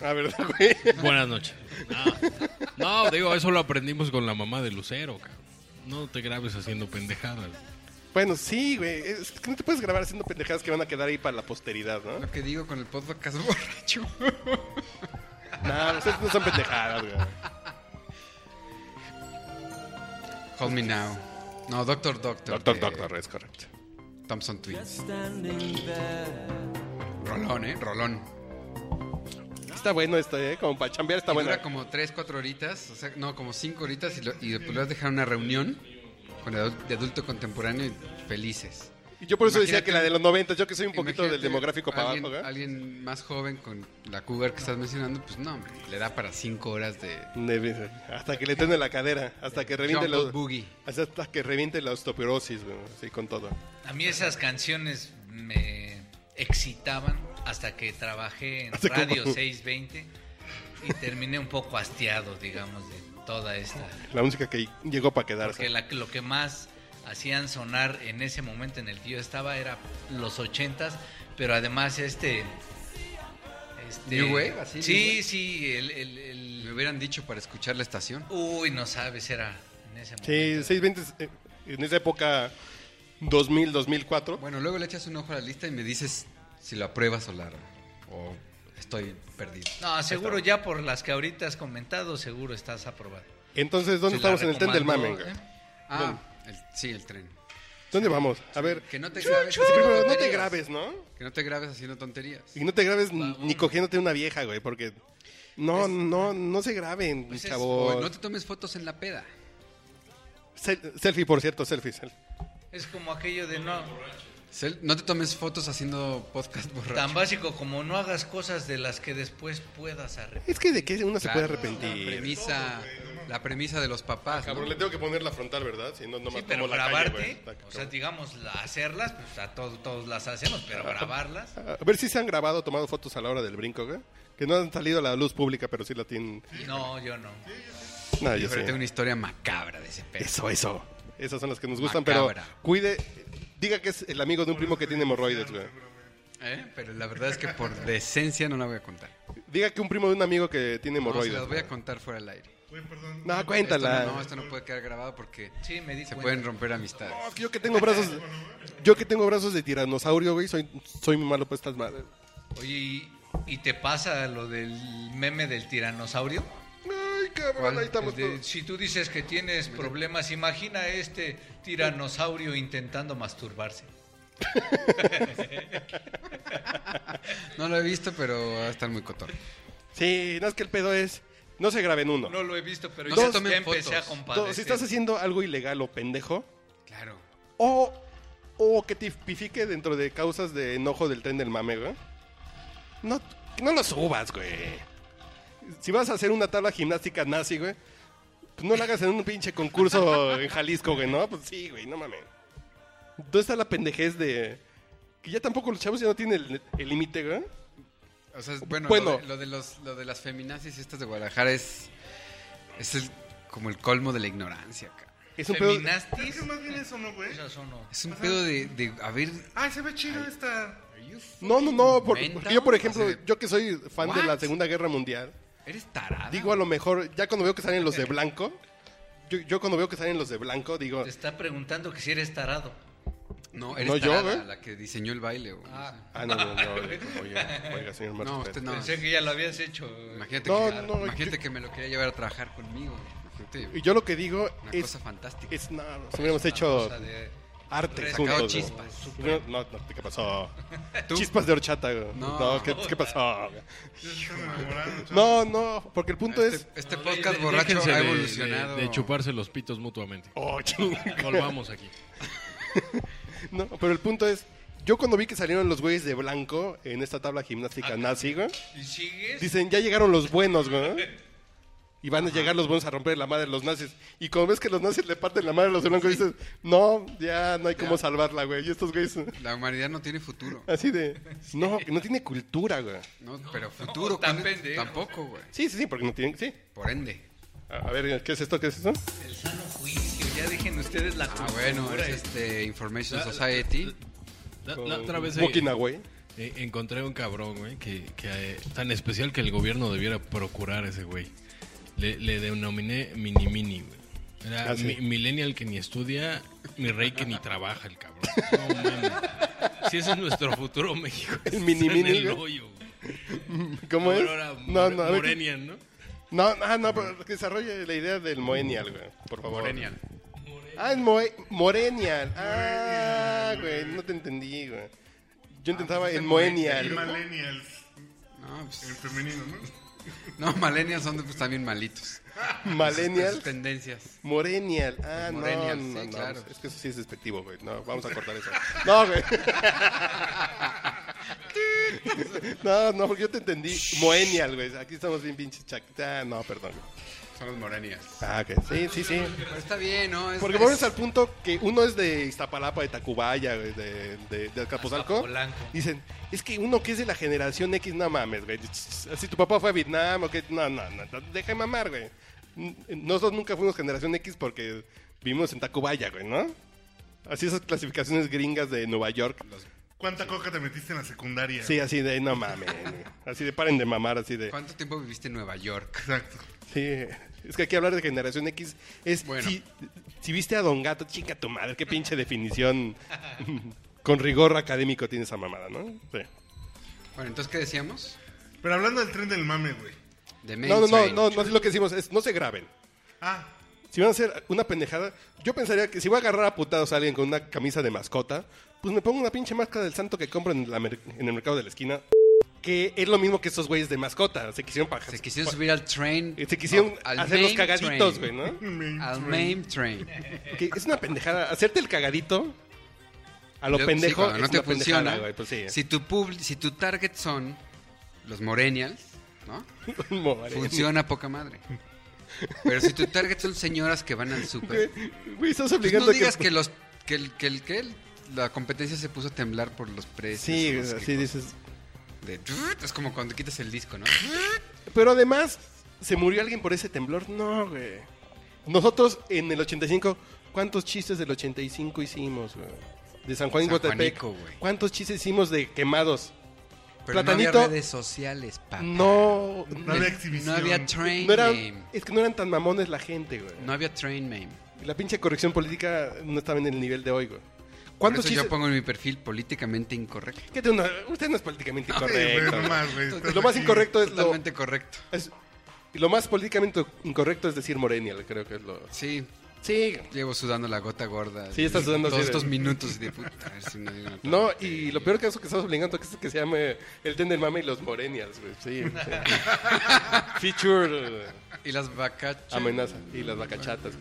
Ah, ¿verdad, güey?
Buenas noches. No, no, digo, eso lo aprendimos con la mamá de Lucero, cabrón. No te grabes haciendo pendejadas.
Bueno, sí, güey. Es que no te puedes grabar haciendo pendejadas que van a quedar ahí para la posteridad, ¿no?
Lo que digo con el podcast <laughs> borracho.
<laughs> No, ustedes no son pendejadas, güey.
Hold me now. No, Doctor Doctor.
Doctor,
de
doctor, es correcto.
Thompson Twins. Rolón, eh, rolón.
Está bueno esto, ¿eh? Como para chambear está
Y
bueno. eh.
Dura como 3, 4 horitas, o sea, no, como 5 horitas y, lo- y después lo vas a dejar una reunión con adul- de adulto contemporáneo y felices.
Y Yo por eso decía
Imagínate-
que la de los 90, yo que soy un poquito del
Imagínate
demográfico para
alguien,
abajo, ¿eh? ¿verdad?
Alguien más joven con la cougar que estás mencionando, pues no, hombre, le da para 5 horas de
Ne- Hasta que le tene la cadera, hasta que reviente
Jungle
los,
Boogie.
hasta que reviente la osteoporosis, güey, así con todo.
A mí esas canciones me excitaban hasta que trabajé en
Hasta que-
Radio 620 y terminé un poco hastiado, digamos, de toda esta.
La música que llegó para
Porque
quedarse.
la- lo que más hacían sonar en ese momento en el que yo estaba era los 80s, pero además este. este
New Wave, así, New
Sí,
Wave.
sí, el, el- el-
Me hubieran dicho para escuchar la estación.
Uy, no sabes, era en ese momento.
Sí, 620 eh, en esa época 2000, 2004.
Bueno, luego le echas un ojo a la lista y me dices si lo apruebas o la o estoy perdido.
No, seguro ya por las que ahorita has comentado, seguro estás aprobado.
Entonces, ¿dónde
Se la
estamos en el tren del
recomando,
mamen? güey?
¿eh?
Ah, el- sí, el tren.
¿Dónde vamos? A ver.
Que no te
Chu,
grabes
chu.
haciendo
Pero no te
tonterías.
grabes, ¿no?
Que no te grabes haciendo tonterías.
Y no te grabes ni- ni cogiéndote una vieja, güey, porque no, no, no se graben,
Pues es-
chavo.
O no te tomes fotos en la peda.
Sel- Selfie, por cierto, selfie, selfie.
Es como aquello de no,
Sel- No te tomes fotos haciendo podcast borracho.
tan básico como no hagas cosas de las que después puedas arrepentir.
Es que de qué uno se
Claro,
puede
La
arrepentir.
premisa, la premisa de los papás. ¿no?
Cabrón, le tengo que poner la frontal, ¿verdad? Si no, no
Sí,
más
pero
como la calle,
grabarte,
güey. Está
o sea,
cabrón.
digamos, la- hacerlas, pues a todos, todos las hacemos, pero grabarlas.
A ver si se han grabado, tomado fotos a la hora del brinco, güey. Que no han salido a la luz pública, pero sí la tienen.
No, yo no.
No, yo
Yo tengo una
sé.
historia macabra de ese pedo.
Eso, eso. Esas son las que nos gustan,
Macabra.
pero cuide. Diga que es el amigo de un primo que tiene hemorroides, güey.
¿Eh? Pero la verdad es
<laughs>
que por decencia no la voy a contar.
Diga que un primo de un amigo que tiene
No, se
hemorroides.
las voy
güey.
a contar fuera del aire.
Güey, perdón.
No,
Esto
cuéntala.
no, no, esto no puede quedar grabado porque
Sí, me di
se
cuenta.
pueden romper amistades.
No, es que yo que tengo brazos. Yo que tengo brazos de tiranosaurio, güey, soy, soy muy malo para estas madres.
Oye, ¿y, y te pasa lo del meme del tiranosaurio?
Ay, cabrón,
¿Cuál?
ahí estamos
El de,
todos.
si tú dices que tienes problemas, imagina este tiranosaurio intentando masturbarse.
No lo he visto, pero va a estar muy cotor.
Sí, no es que el pedo es. No se graben uno.
No lo he visto, pero
No
yo
se tomen
ya empecé
fotos.
a
Todo,
compadecer.
si estás haciendo algo ilegal o pendejo,
Claro.
o, o que te pifique dentro de causas de enojo del tren del mame, güey. No, no lo subas, güey. Si vas a hacer una tabla gimnástica nazi, güey, pues no la hagas en un pinche
<laughs>
concurso en Jalisco, güey, ¿no? Pues sí, güey, no mames. ¿Dónde está la pendejez de. que ya tampoco los chavos ya no tienen el- el límite, güey?
O sea, bueno,
Bueno.
Lo, de, lo de los, lo de las feminazis estas de Guadalajara es, es el- como el colmo de la ignorancia. cabrón.
Es un pedo.
Es
¿Feminastis?
que más bien eso, ¿no, güey?
Esas son no.
Es un pedo de, de a ver...
Ay, se ve chido esta.
No, no, no. por-
¿Inventa?
porque yo, por ejemplo,
Así de-
yo que soy fan de la
¿What?
Segunda Guerra Mundial,
Eres tarada.
digo a lo mejor, ya cuando veo que salen los
<laughs>
de blanco, yo, yo cuando veo que salen los de blanco, digo,
Te está preguntando que si eres tarado.
No, eres
No, yo,
tarada,
¿eh?
la que diseñó el baile. o no sé.
ah, no, no,
<laughs>
no, oye, oye, oiga, señor Martínez.
No, usted no.
Pensé que ya lo habías hecho.
Imagínate,
No,
que,
no,
imagínate
yo-
que me lo quería llevar a trabajar conmigo. Imagínate,
Y yo lo que digo
una
es,
cosa fantástica.
es, no, nos hubiéramos
Una
hecho
cosa de-
arte
Rescatado
juntos. güey.
chispas.
No, no, no, ¿qué pasó?
¿Tú?
Chispas de horchata, güey.
No.
No, ¿qué, qué
<laughs>
pasó?
Ya se están enamorando. chavo.
No, no, porque el punto es...
Este, este podcast
de-
borracho
Déjense
ha
de-
evolucionado.
De, de chuparse los pitos mutuamente.
Oh, ching.
Volvamos aquí.
No, pero el punto es, yo cuando vi que salieron los güeyes de blanco en esta tabla
Ah,
gimnástica nazi, güey,
¿Y sigues?
Dicen, ya llegaron los buenos, güey. Y van a llegar los buenos a romper la madre de los nazis. Y cuando ves que los nazis le parten la madre a los blancos, dices, no, ya no hay cómo salvarla, güey. Y estos güeyes,
La humanidad no tiene futuro.
así de, no, que no tiene cultura, güey.
No, pero futuro
tan
¿cuál es?
pendejo.
tampoco, güey.
Sí, sí, sí, porque no tienen, sí.
Por ende.
A a ver, ¿qué es esto? ¿Qué es esto?
El sano juicio. Ya dejen ustedes la
Ah,
cultura.
bueno, es este Information Society.
La, la otra vez eh,
Walking away.
eh, encontré un cabrón, güey, que, que, eh, tan especial que el gobierno debiera procurar a ese güey. Le, le denominé mini mini, güey. Era
Ah, sí.
mi- millennial que ni estudia, mi rey que ni trabaja
<laughs>
el cabrón. No mames. Si ese es nuestro futuro México.
El mini,
está en
mini,
el
güey.
hoyo, güey.
¿Cómo es?
Bueno, ahora
No,
more-
no, a ver.
Morenian, ¿no?
No, no, no, pero que desarrolle la idea del Moenial, güey. Por favor.
Genial.
Ah, es Moe- Morenial. Ah, güey, no te entendí, güey. Yo intentaba
pues es
en
el
Moenial.
Millennials.
No, No, pues,
En femenino, ¿no?
<laughs> no, millennials son pues, también malitos.
Malenial.
Sus tendencias.
Morenial. Ah, no,
Morenial,
no,
sí,
no,
claro.
Es que eso sí es despectivo, güey. No, vamos a cortar eso. No, güey. <laughs> No, no, porque yo te entendí. Moenial, güey. Aquí estamos bien pinches chac... Ah, no, perdón. güey.
Son los morenials.
Ah, que sí, sí, sí.
Pero está bien, ¿no? Es-
Porque
es-
volvemos al punto que uno es de Iztapalapa, de Tacubaya, güey, de, de, de Acapulco.
Azcapotzalco.
Dicen, es que uno que es de la generación X, no mames, güey. Si tu papá fue a Vietnam o que... No, no, no, no, deja de mamar, güey. N- Nosotros nunca fuimos generación X porque vivimos en Tacubaya, güey, ¿no? Así esas clasificaciones gringas de Nueva York.
¿Cuánta coca te metiste en la secundaria?
Sí, así de, no mames. güey. Así de, paren de mamar, así de...
¿Cuánto tiempo viviste en Nueva York?
Exacto.
Sí, <laughs> es que aquí hablar de generación X es
Bueno.
si, si viste a Don Gato, chica tu madre, qué pinche definición <laughs> con rigor académico tiene esa mamada, ¿no? Sí.
Bueno, entonces, ¿qué decíamos?
Pero hablando del tren del mame, güey.
De
No, no, no,
mainstream.
no, no, lo que decimos es no se graben.
Ah,
Si van a hacer una pendejada, yo pensaría que si voy a agarrar a putados a alguien con una camisa de mascota, pues me pongo una pinche máscara del santo que compro en, la mer- en el mercado de la esquina, que es lo mismo que estos güeyes de mascota, se quisieron pajar.
Se quisieron subir al train.
se quisieron
no, al
hacer los
main
cagaditos, güey,
train.
¿no?
Al main train.
Que es una pendejada. Hacerte el cagadito a lo
Luego, sí,
pendejo
cuando
es
no te
una pendejada,
funciona.
güey, pues sí. <laughs>
Si tu publi- si tu target son los morenials, ¿no?
Moreno.
Funciona poca madre. Pero si tu target son señoras que van al
Eh,
súper,
Güey, estás
pues
obligando
no
a
digas que los que el, que el- que el- la competencia se puso a temblar por los precios.
Sí,
no sé
así
qué
dices.
cosa. De- <laughs> es como cuando quitas el disco, ¿no?
Pero además, ¿se murió alguien por ese temblor? No, güey. Nosotros en el 85, ¿cuántos chistes del 85 hicimos, güey? De San Juan
San
Guatepec.
Juanico, güey.
¿Cuántos chistes hicimos de quemados?
Pero no
Platanito.
había redes sociales, papá.
No,
No había exhibición.
Ah, No había train
no
name.
eran, es que no eran tan mamones la gente, güey.
No había train name.
La pinche corrección política no estaba en el nivel de hoy, güey.
Por
¿Cuántos
eso yo
chistes?
pongo en mi perfil políticamente incorrecto.
¿Qué te- no, usted no es políticamente
correcto.
incorrecto.
más, güey.
lo más incorrecto es Pues lo,
Totalmente correcto.
es- lo más políticamente incorrecto es decir Morenial, creo que es lo.
Sí,
Sí.
llevo sudando la gota gorda.
Sí, estás sudando así
Todos
de-
estos minutos de puta. A ver si no digo una
No,
tontería.
y lo peor que eso que estás obligando que es que se llame el ten del mame y los Morenials, güey. Sí. sí.
<laughs>
Feature eh,
Y las vacachas.
amenaza y las vacachatas.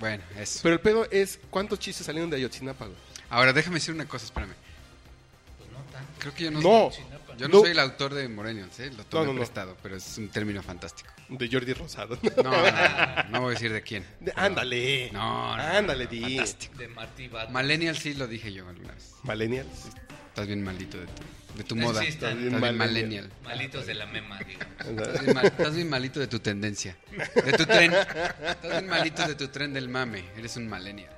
Bueno, eso.
Pero el pedo es cuántos chistes salieron de Ayotzinapa, güey.
Ahora, déjame decir una cosa, espérame. Creo que yo no,
No,
yo no,
no.
soy el autor de Morenials, ¿eh? lo tomé
No, no, no.
prestado, pero es un
<laughs>
término fantástico.
De Jordi Rosado.
No, no, no, no voy a decir de quién.
<laughs> De- ándale.
No, no,
Ándale,
no,
di.
fantástico.
De Martí Bato.
Millennial sí lo dije yo alguna vez.
Malenials.
Estás bien maldito de tu, de tu
No
moda.
existan.
Estás bien
Millennial.
millennial.
Malitos de la mema, digo.
Estás bien, mal- estás bien malito de tu tendencia. De tu tren. Estás bien malito de tu tren del mame. Eres un millennial.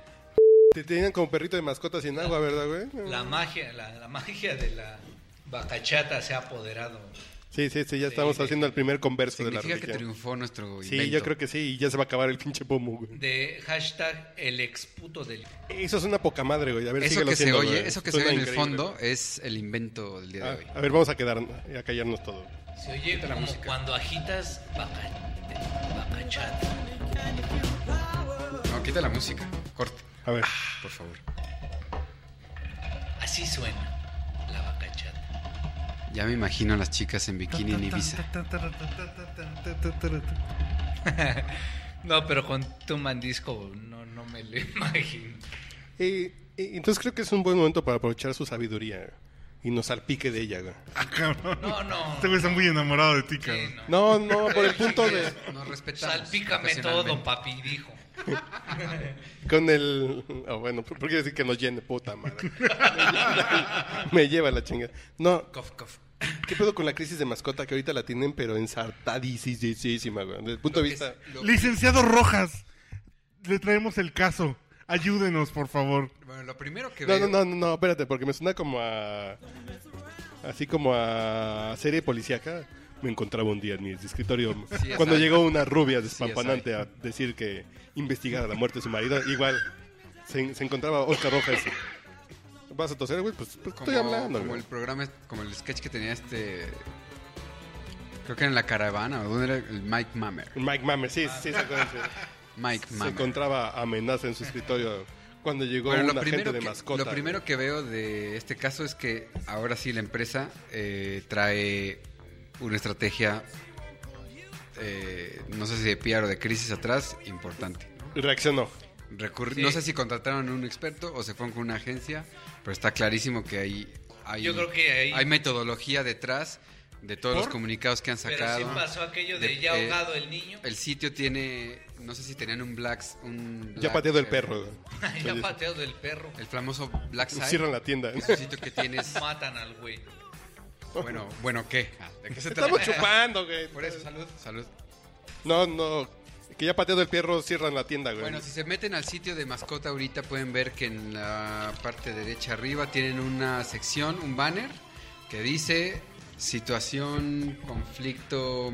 Te tenían como perrito de mascota sin agua, ¿verdad, güey?
La magia, la, la magia de la bacachata se ha apoderado.
Sí, sí, sí, ya estamos haciendo el primer converso de la
Significa que
religión.
triunfó nuestro
Sí,
invento.
yo creo que sí, y ya se va a acabar el pinche pomo, güey.
De hashtag el exputo del...
Eso es una poca madre, güey. A ver,
Eso
síguelo
que se
haciendo,
oye,
güey.
eso que
Suena
se ve en el
increíble.
fondo es el invento del día de
Ah,
hoy.
a ver, vamos a quedar a callarnos todo.
Se oye como cuando agitas baca- bacachata.
No, quita la música. Corte,
A ver.
por favor.
Así suena la bacachata.
Ya me imagino a las chicas en bikini en Ibiza.
No, pero con tu mandisco no, no me lo <laughs> imagino.
Eh, eh, entonces creo que es un buen momento para aprovechar su sabiduría y nos salpique de ella, güey.
Ah, cabrón.
No, no.
Este güey está muy enamorado de ti,
Sí,
cabrón.
no.
No, no, por el punto de.
Nos respetamos.
Salpícame todo, papi, dijo. <laughs>
Con el. ah, bueno, ¿por qué decir que nos llene? Puta madre. <laughs> Me lleva, me lleva la chingada. No,
Cof, cof.
¿qué pedo con la crisis de mascota que ahorita la tienen, pero ensartadísima, güey? Desde el punto de vista.
Lo-
Licenciado Rojas, le traemos el caso. Ayúdenos, por favor.
bueno, lo primero que
No,
veo...
no, no, no, no, espérate, porque me suena como a. Así como a serie policíaca. Me encontraba un día en mi escritorio
Sí, es
cuando
ahí.
llegó una rubia
es ahí.
despampanante a decir que investigara la muerte de su marido. Igual se, se encontraba Oscar Rojas. ¿Vas a toser, güey? Pues, pues,
Como,
estoy hablando,
como
güey.
el programa, como el sketch que tenía este... Creo que era en la caravana, ¿o dónde era? El Mike Mamer.
Mike Mamer, sí, sí, se, acuerdan,
Mike
sí. se
Mamer.
encontraba amenaza en su escritorio cuando llegó
Bueno,
un
lo
agente
primero,
de
que,
mascota.
lo primero que veo de este caso es que ahora sí la empresa eh, trae una estrategia, eh, no sé si de PR o de crisis atrás, importante.
Y reaccionó.
Recurri-
Sí.
No sé si contrataron a un experto o se fueron con una agencia, pero está clarísimo que hay, hay,
Yo creo que ahí-
hay metodología detrás de todos los
¿Por?
comunicados que han
Pero
sacado.
sí pasó aquello de,
de-
ya
eh,
ahogado el niño.
El sitio tiene, no sé si tenían un black, un
Ya
Black-
pateado el perro. güey.
<laughs> ya pateado el perro.
el famoso black site,
Cierran la
<laughs>
tienda.
es un sitio que tienes,
Matan al güey.
bueno, bueno, ¿qué? Ah, ¿De qué se trata?
Estamos chupando, güey.
Por eso, salud, salud.
No, no. Que ya pateado el perro, cierran la tienda, güey.
Bueno, si se meten al sitio de mascota ahorita pueden ver que en la parte derecha arriba tienen una sección, un banner que dice situación, conflicto,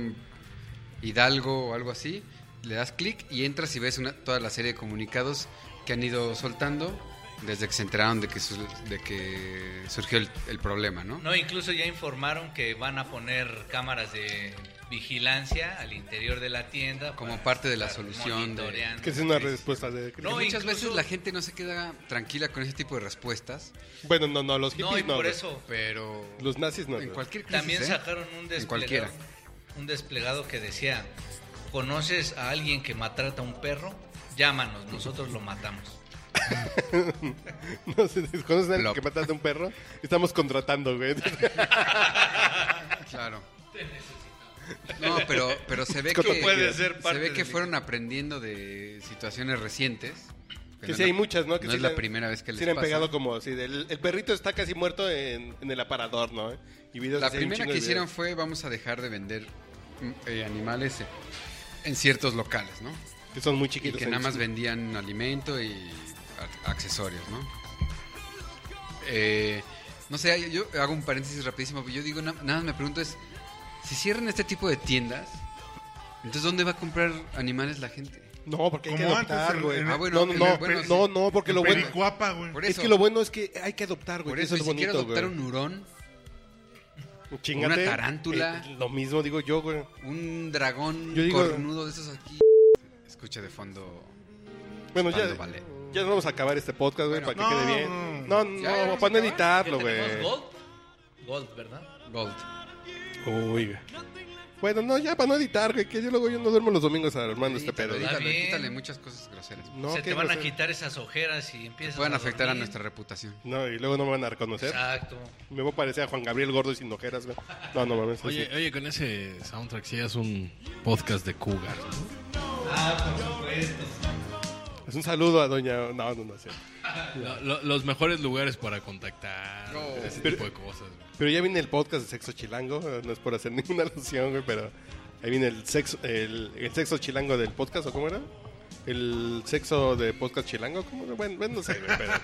Hidalgo o algo así. Le das clic y entras y ves una- toda la serie de comunicados que han ido soltando desde que se enteraron de que, su- de que surgió el, el problema, ¿no?
No, incluso ya informaron que van a poner cámaras de vigilancia al interior de la tienda.
Como
para
parte de la
estar
solución de-
monitoreando.
Que es una respuesta de...
Que
No,
muchas
incluso-
veces la gente no se queda tranquila con ese tipo de respuestas,
Bueno, no, no, los
No, y
hippies no.
por
güey.
eso
pero
Los nazis no.
en
güey.
cualquier crisis,
también
¿eh?
sacaron un
En
desplegado,
cualquiera.
un desplegado que decía, ¿conoces a alguien que maltrata a un perro? Llámanos, nosotros lo matamos.
<laughs> No sé, ¿Conoces a alguien
Plop.
que mataste a un perro? Estamos contratando,
<laughs>
güey. <laughs>
Claro. No, pero, pero se ve que,
Coto
puede ser parte
se ve
de
que
mi-
fueren aprendiendo de situaciones recientes.
Que
no
sí
es
hay
la-
muchas, ¿no? Que
no
sí
es
le
la
han-
primera vez que les
Sí le han
pasa.
pegado como así, del- el, perrito está casi muerto en, en el aparador, ¿no? Y videos
La
así, hay un
primera
chingo
que
de
hicieron
videos.
fue vamos a dejar de vender mm, eh, animales eh, en ciertos locales, ¿no?
Que son muy
Y
chiquitos.
que
en
nada más
sí.
vendían alimento y a- accesorios, ¿no? Eh, no sé, yo hago un paréntesis rapidísimo, pero yo digo, na- nada más me pregunto es, si cierran este tipo de tiendas, entonces ¿dónde va a comprar animales la gente?
No, porque hay que
Como antes,
adoptar,
en-
güey.
en-
Ah, bueno,
no, no,
en-
no,
bueno,
no,
sí.
no, porque
En
lo bueno...
Pericuapa, güey.
Por
Es
eso,
que lo bueno es que hay que adoptar,
por
güey.
eso,
Eso es
ni siquiera
bonito,
adoptar
güey.
un hurón,
Chíngate.
una tarántula.
Eh, lo mismo digo yo, güey.
un dragón
Yo digo-
cornudo de esos aquí. Escucha de fondo.
Bueno, ya,
Cuando vale.
ya no vamos a acabar este podcast, güey,
Bueno,
para que
no,
quede bien. No,
no.
no,
Ya, ya vamos
para
a
no
acabar.
editarlo,
¿Ya
güey.
tenemos Gold? Gold, ¿verdad?
Gold.
Uy, güey. Bueno, no, ya para no editar, güey, que yo luego yo no duermo los domingos armando este pedo.
Quítalo,
edita.
quítale,
Está
quítale
bien.
muchas cosas groseras.
No,
Se
qué
te van a
grosero.
quitar esas ojeras y empiezas
Pueden
a
afectar a
dormir.
nuestra reputación.
No, y luego no me van a reconocer.
Exacto.
Me voy a parecer a Juan Gabriel gordo y sin ojeras, güey. No, no mames.
Oye, oye, con ese soundtrack sí es un podcast de Cougar.
Ah, por supuesto.
Es un saludo a doña... No, no, no sé.
Lo- lo- los mejores lugares para contactar, ese
Pero-
tipo de cosas. güey.
Pero ya viene el podcast de Sexo Chilango. eh, No es por hacer <laughs> ninguna alusión, güey, pero... Ahí viene el sexo, el, el sexo chilango del podcast, ¿o cómo era? El sexo de podcast chilango, ¿cómo era? Bueno, bueno, no sé, güey, pero... ahí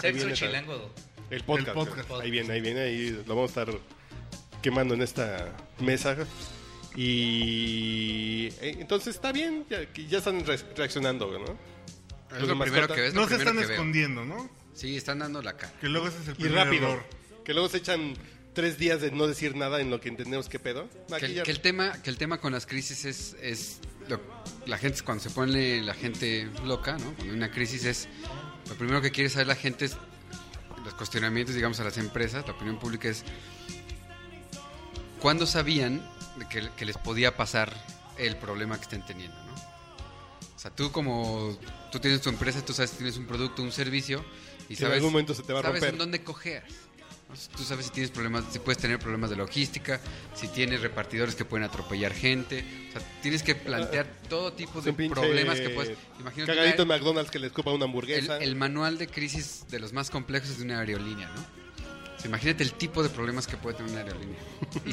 Sexo
viene
chilango.
El podcast.
El podcast.
Ahí viene, ahí viene, ahí lo vamos a estar quemando en esta mesa. Y eh, entonces está bien, ya, que ya están re- reaccionando, ¿no?
Es
Los
lo
de
primero
mascota.
que ves.
No se están
escondiendo.
escondiendo, ¿no?
Sí, están dando la cara.
Que luego ese es el
Y
primer
rápido.
error.
Que luego se echan tres días de no decir nada en lo que entendemos qué pedo. Aquí
Que, el-
ya-
que el tema, que el tema con las crisis es, es lo- la gente cuando se pone la gente loca, ¿no? Cuando hay una crisis es lo primero que quiere saber la gente es los cuestionamientos, digamos, a las empresas, la opinión pública es cuándo sabían de que, que les podía pasar el problema que estén teniendo, ¿no? O sea, tú como tú tienes tu empresa, tú sabes que tienes un producto, un servicio y
Que en
sabes
algún momento se te va a
sabes
romper.
en dónde cojeas. ¿no? Tú sabes si tienes problemas, si puedes tener problemas de logística, si tienes repartidores que pueden atropellar gente. O sea, tienes
<laughs>
que plantear todo tipo
Es
de
un pinche
problemas que puedes. Imagínate
Cagadito en
una-
McDonald's que le escupa una
el,
hamburguesa.
el manual de crisis de los más complejos de una aerolínea, ¿no? O sea, imagínate el tipo de problemas que puede tener una aerolínea. Y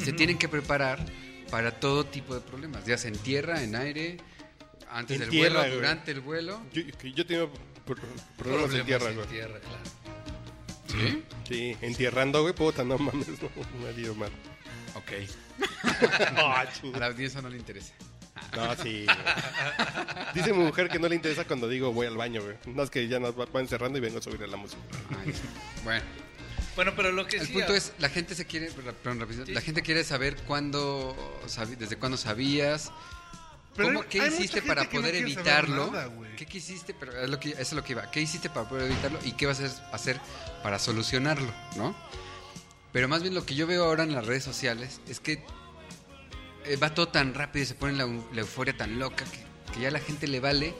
<laughs>
se tienen que preparar para todo tipo de problemas, ya sea en tierra, en aire, antes
En
del
tierra,
vuelo,
güey.
durante el vuelo.
Yo, que yo he tenido pro- problemas en tierra,
en
güey.
tierra, claro.
¿Sí?
Sí, entierrando, güey, puta, no mames, <laughs> no, me ha ido mal.
Ok.
<laughs> Ah,
A la audiencia no le interesa.
No, sí. güey. Dice mi mujer que no le interesa cuando digo voy al baño, güey. No es que ya nos va- van cerrando y vengo a subirle la música. <laughs>
Ay, bueno.
Bueno, pero lo que
El
sí,
punto
ah,
es, la gente se quiere, perdón, rapidito,
Sí,
la
sí.
gente quiere saber cuándo, sabi- desde cuándo sabías,
Pero
cómo,
hay-
qué
hay mucha
hiciste
gente
para
que no
poder
quiere saber
evitarlo,
nada, güey.
qué quisiste, pero es lo que, eso es lo que iba, qué hiciste para poder evitarlo y qué vas a hacer- hacer para solucionarlo, ¿no? Pero más bien lo que yo veo ahora en las redes sociales es que eh, va todo tan rápido y se pone la, eu- la euforia tan loca que, que ya la gente le vale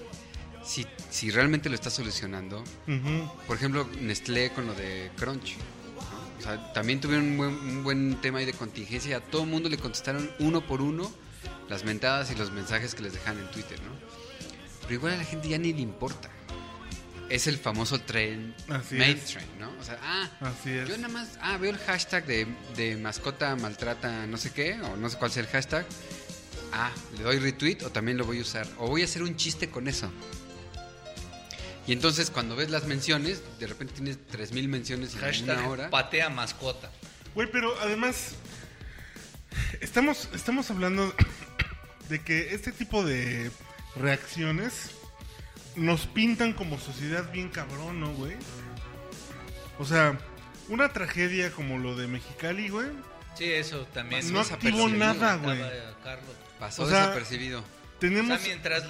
si, si realmente lo está solucionando.
Ujú.
Por ejemplo, Nestlé con lo de Crunch. ¿no? O sea, también tuvieron un buen, un buen tema ahí de contingencia y a todo el mundo le contestaron uno por uno las mentadas y los mensajes que les dejan en Twitter, ¿no? Pero igual a la gente ya ni le importa. Es el famoso tren,
Así
main
es.
trend, ¿no? O sea, ah,
Así es.
yo nada más, ah, veo el hashtag de, de mascota maltrata no sé qué, o no sé cuál sea el hashtag. Ah, le doy retweet o también lo voy a usar. O voy a hacer un chiste con eso. Y entonces cuando ves las menciones, de repente tienes 3.000 menciones en una
Hashtag
hora.
patea mascota.
Güey, pero además estamos, estamos hablando de que este tipo de reacciones nos pintan como sociedad bien cabrón, ¿no, güey? O sea, una tragedia como lo de Mexicali, güey.
Sí, eso también.
No
Eso
activó
desapercibido,
nada,
estaba,
güey.
eh, Carlos.
Pasó
O sea,
desapercibido.
O sea,
Tenemos...
mientras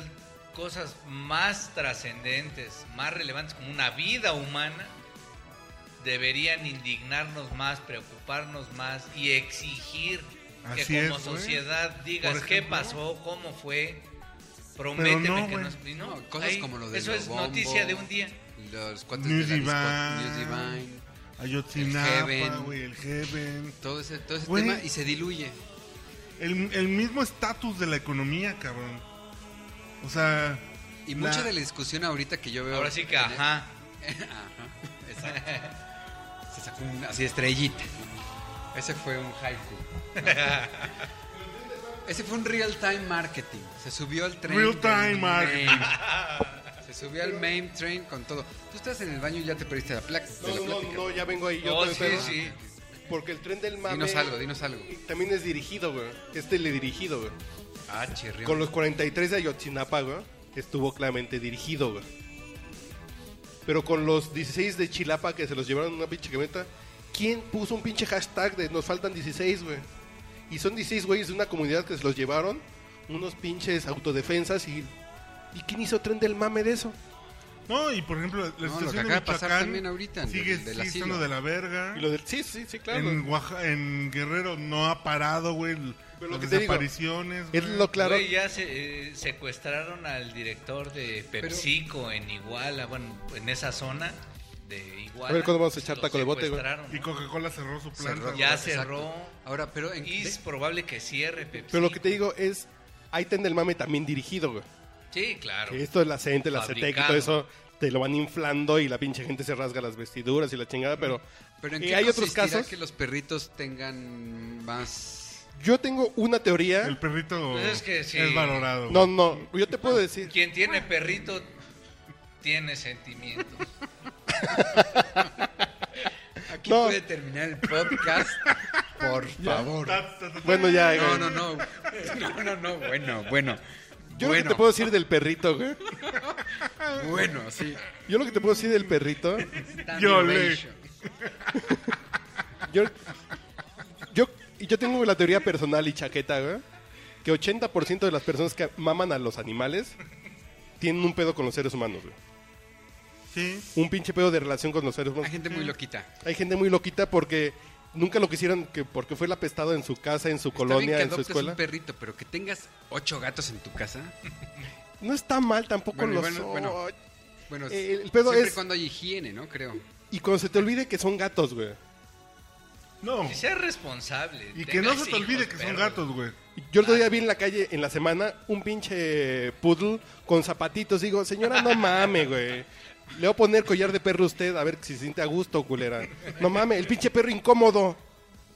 cosas más trascendentes, más relevantes, como una vida humana, deberían indignarnos más, preocuparnos más y exigir
Así
que como
es, güey.
sociedad digas
Por
qué
ejemplo.
pasó, cómo fue, prométeme
no,
que
güey.
nos- y no.
No, cosas
ahí,
como lo de
Eso
los
es noticia
bombos.
de un día.
Los cuates
News
de la
Divine.
disco- News Divine. el
Ayotzinapa,
Heaven.
güey, el Heaven.
Todo ese, todo ese
Güey.
tema y se diluye.
El, el mismo estatus de la economía, cabrón. O sea,
Y
La-
mucha de la discusión ahorita que yo veo.
Ahora sí que,
en-
ajá.
Ajá, exacto. Se sacó una así estrellita. Ese fue un haiku.
<laughs>
Ese fue un real time marketing. Se subió al tren.
Real
del
time marketing.
mame. Se subió al main train con todo. Tú estás en el baño y ya te perdiste la placa.
No, no, no, no, ya vengo ahí. Yo
Oh,
todo
sí,
pedo.
sí.
Porque el tren del mame.
Dinos algo, dinos algo.
También es dirigido, güey. Es teledirigido, güey.
Ah, chirrión.
Con los 43 de Ayotzinapa, güey, estuvo claramente dirigido, güey. Pero con los 16 de Chilapa que se los llevaron en una pinche camioneta, ¿quién puso un pinche hashtag de nos faltan 16, güey? Y son 16 güeyes de una comunidad que se los llevaron, unos pinches autodefensas y. ¿Y quién hizo tren del mame de eso?
no, y por ejemplo, la
lo
situación
que
de
acaba de pasar
Michoacán
también ahorita,
sigue,
del- del
sigue
asilo.
estando de la verga.
Y lo del. Sí, sí, sí, claro.
En, Oaxa- en Guerrero no ha parado, güey. l-
Pero lo
Las
que te digo,
desapariciones.
es
güey.
lo claro.
Güey, ya se, eh, secuestraron al director de PepsiCo en Iguala, bueno, en esa zona de Iguala.
A ver, ¿cuándo vamos a echar
Lo
taco de bote, güey?
secuestraron,
Y
¿no?
Coca-Cola cerró su planta.
Cerró.
güey.
Ya
Exacto.
cerró.
Ahora, pero en,
Y es probable que cierre PepsiCo.
Pero lo que te digo es. Hay tren del mame también dirigido, güey.
Sí, claro.
Que Esto es la gente, la CETEC y todo
Fabricado.
eso, te lo van inflando y la pinche gente se rasga las vestiduras y la chingada, pero,
pero en
eh,
qué
hay otros
consistirá
casos.
que los perritos tengan más.
Yo tengo una teoría.
El perrito
Pues es
es,
que sí.
valorado.
No,
güey.
no, yo te puedo decir.
Quien tiene perrito tiene sentimientos.
<laughs>
Aquí
No.
puede terminar el <laughs> podcast, por favor.
Ta- ta- ta- ta-
Bueno, ya,
No,
güey.
no, no. No, no, no. Bueno, bueno.
Yo lo que
bueno,
te puedo decir del perrito, güey.
bueno, sí.
Yo lo que te puedo decir del perrito.
Yo le-
Relation.
Yo, yo, y yo tengo la teoría personal y chaqueta, güey. Que 80% de las personas que maman a los animales tienen un pedo con los seres humanos, güey.
Sí.
Un pinche pedo de relación con los seres
Hay
humanos.
gente muy loquita.
Hay gente muy loquita porque nunca lo quisieron, que porque fue el apestado en su casa, en su
Está bien
colonia,
que
en su
adoptes
escuela.
un perrito, pero que tengas ocho gatos en tu casa.
No está mal tampoco
Bueno,
los
bueno, bueno.
o-
Bueno,
Eh, el pedo
siempre
es-
cuando hay higiene, ¿no? Creo.
Y cuando se te olvide que son gatos, güey.
No.
Y sea responsable.
Y que no
tengas
se te olvide
hijos,
que son
perros.
gatos, güey.
Yo el otro día vi en la calle, en la semana, un pinche poodle con zapatitos. Digo, señora, no mame, güey. Le voy a poner collar de perro a usted a ver si se siente a gusto, culera. No mames, el pinche perro incómodo.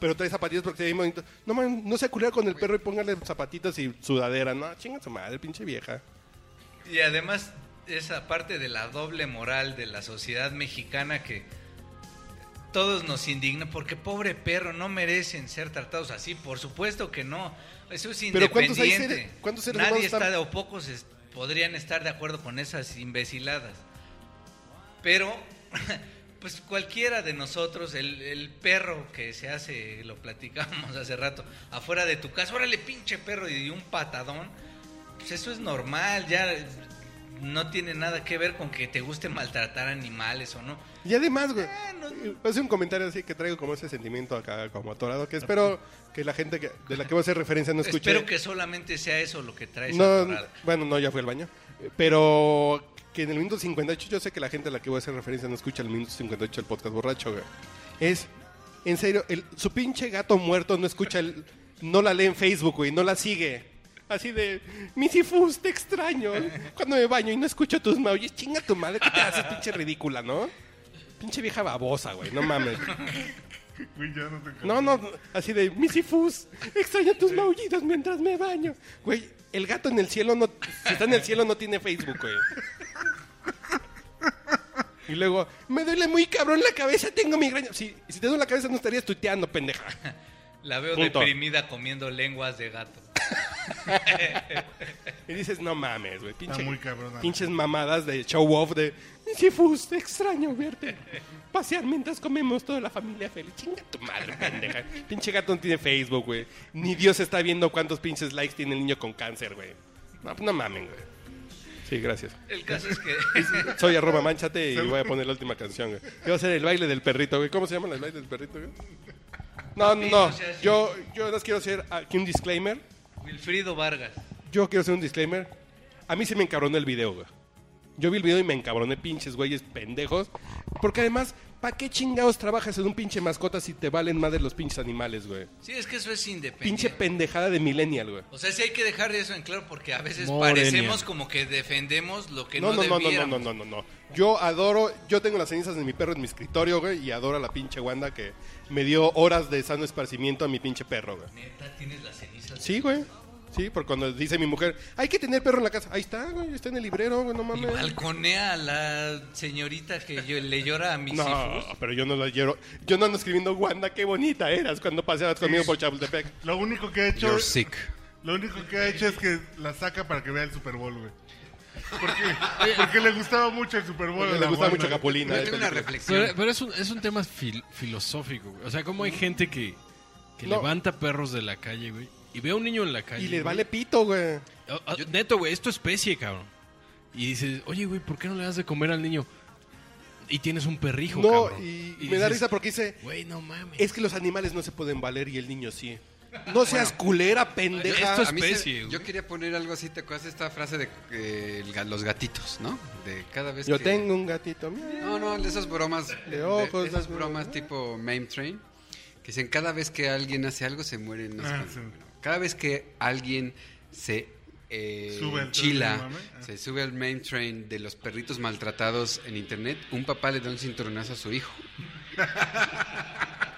Pero trae zapatitos porque se ve bonito. No mames, no sea culera con el perro y póngale zapatitos y sudadera. No, chinga su madre, pinche vieja.
Y además, esa parte de la doble moral de la sociedad mexicana que todos nos indigna, porque pobre perro, no merecen ser tratados así, por supuesto que no. Eso es
Pero ¿cuántos hay
independiente.
seres- cuántos seres
Nadie
humanos
está,
están-
o pocos es- podrían estar de acuerdo con esas imbeciladas. Pero, <laughs> pues cualquiera de nosotros, el, el perro que se hace, lo platicamos <laughs> hace rato, afuera de tu casa, órale pinche perro y un patadón, pues eso es normal, ya no tiene nada que ver con que te guste maltratar animales o no.
Y además, güey,
Ah, no.
hace un comentario así que traigo como ese sentimiento acá como atorado, que espero que la gente que- de la que voy a hacer referencia no escuche.
Espero que solamente sea eso lo que traes
No,
atorado.
bueno, no, ya fue al baño. Pero que en el minuto 58, yo sé que la gente a la que voy a hacer referencia no escucha el minuto 58 del podcast borracho, güey. Es, en serio, el- su pinche gato muerto no escucha, el- no la lee en Facebook, güey, no la sigue. Así de, Misifus, te extraño. Cuando me baño y no escucho tus maullidos, chinga tu madre, ¿qué te haces, pinche ridícula, no? Pinche vieja babosa, güey, no mames.
Güey, ya no te encargo.
No, no, así de misifus, extraño tus maullidos mientras me baño. Güey, el gato en el cielo no, si está en el cielo no tiene Facebook, güey. Y luego, me duele muy cabrón la cabeza, tengo migraña. Si, si te duele la cabeza no estarías tuiteando, pendeja.
La veo
Punto.
deprimida comiendo lenguas de gato.
Y dices, no mames, güey, pinche,
Está muy cabrón.
pinches mamadas de show off de misifus, te extraño verte. Pasear mientras comemos toda la familia feliz. Chinga tu madre, <laughs> pendeja. Pinche gato no tiene Facebook, güey. Ni Dios está viendo cuántos pinches likes tiene el niño con cáncer, güey. No, pues no mamen, güey. Sí, gracias.
El caso es que <laughs>
Soy arroba manchate y voy a poner la última canción, güey. Yo voy a hacer el baile del perrito, güey. ¿Cómo se llama el baile del perrito, güey? No, no, no. Yo, yo nada más quiero hacer aquí un disclaimer.
Wilfrido Vargas.
Yo quiero hacer un disclaimer. A mí se me encabronó el video, güey. Yo vi el video y me encabroné, pinches güeyes pendejos. Porque además, ¿para qué chingados trabajas en un pinche mascota si te valen madre los pinches animales, güey?
Sí, es que eso es independiente.
Pinche pendejada de millennial, güey.
O sea, sí hay que dejar eso en claro porque a veces
Morenia.
parecemos como que defendemos lo que
No,
no,
no, no, no, no,
debiéramos.
no, no, no, no. Yo adoro, yo tengo las cenizas de mi perro en mi escritorio, güey, y adoro a la pinche Wanda que me dio horas de sano esparcimiento a mi pinche perro, güey.
Neta, tienes las cenizas.
Sí, güey. Sí, porque cuando dice mi mujer, hay que tener perro en la casa. Ahí está, güey, está en el librero, güey, no
Y
mames.
balconea a la señorita que yo- le llora a mis
No,
hijos.
pero yo no la lloro. Yo no ando escribiendo, Wanda, qué bonita eras cuando paseabas conmigo por Chapultepec.
Lo único que ha hecho.
You're sick.
Lo único que ha hecho es que la saca para que vea el Super Bowl, güey. Porque, porque le gustaba mucho el Super Bowl. a
Porque
la
le gustaba
banda.
mucho Capulina. eh,
Yo tengo una
película.
reflexión.
Pero, pero es, un, es un tema fil- filosófico, güey. O sea, como hay gente que, que
No.
levanta perros de la calle, güey. Y ve a un niño en la calle.
Y le
güey.
vale pito, güey.
O- o- Neto, güey, es tu especie, cabrón. Y dices, oye, güey, ¿por qué no le das de comer al niño? Y tienes un perrijo,
No,
cabrón.
y, me da
dices,
risa porque dice,
Güey, no mames.
es que los animales no se pueden valer y el niño sí. No seas culera, pendeja.
Esto es-
A mí se-
especie, güey.
yo quería poner algo así, ¿te acuerdas de esta frase de eh, el ga- los gatitos, no? De cada vez
Yo
que...
tengo un gatito. miau.
No, no, de esas bromas.
De ojos,
de esas
de-
bromas tipo Mame Train. Que dicen, cada vez que alguien hace algo, se mueren. no sé
Ah,
cuántos.
sí.
Bueno, Cada vez que alguien se eh,
Sube al tren del
chila,
mame, ah.
se sube al Mame Train de los perritos maltratados en internet, un papá le da un cinturonazo a su hijo.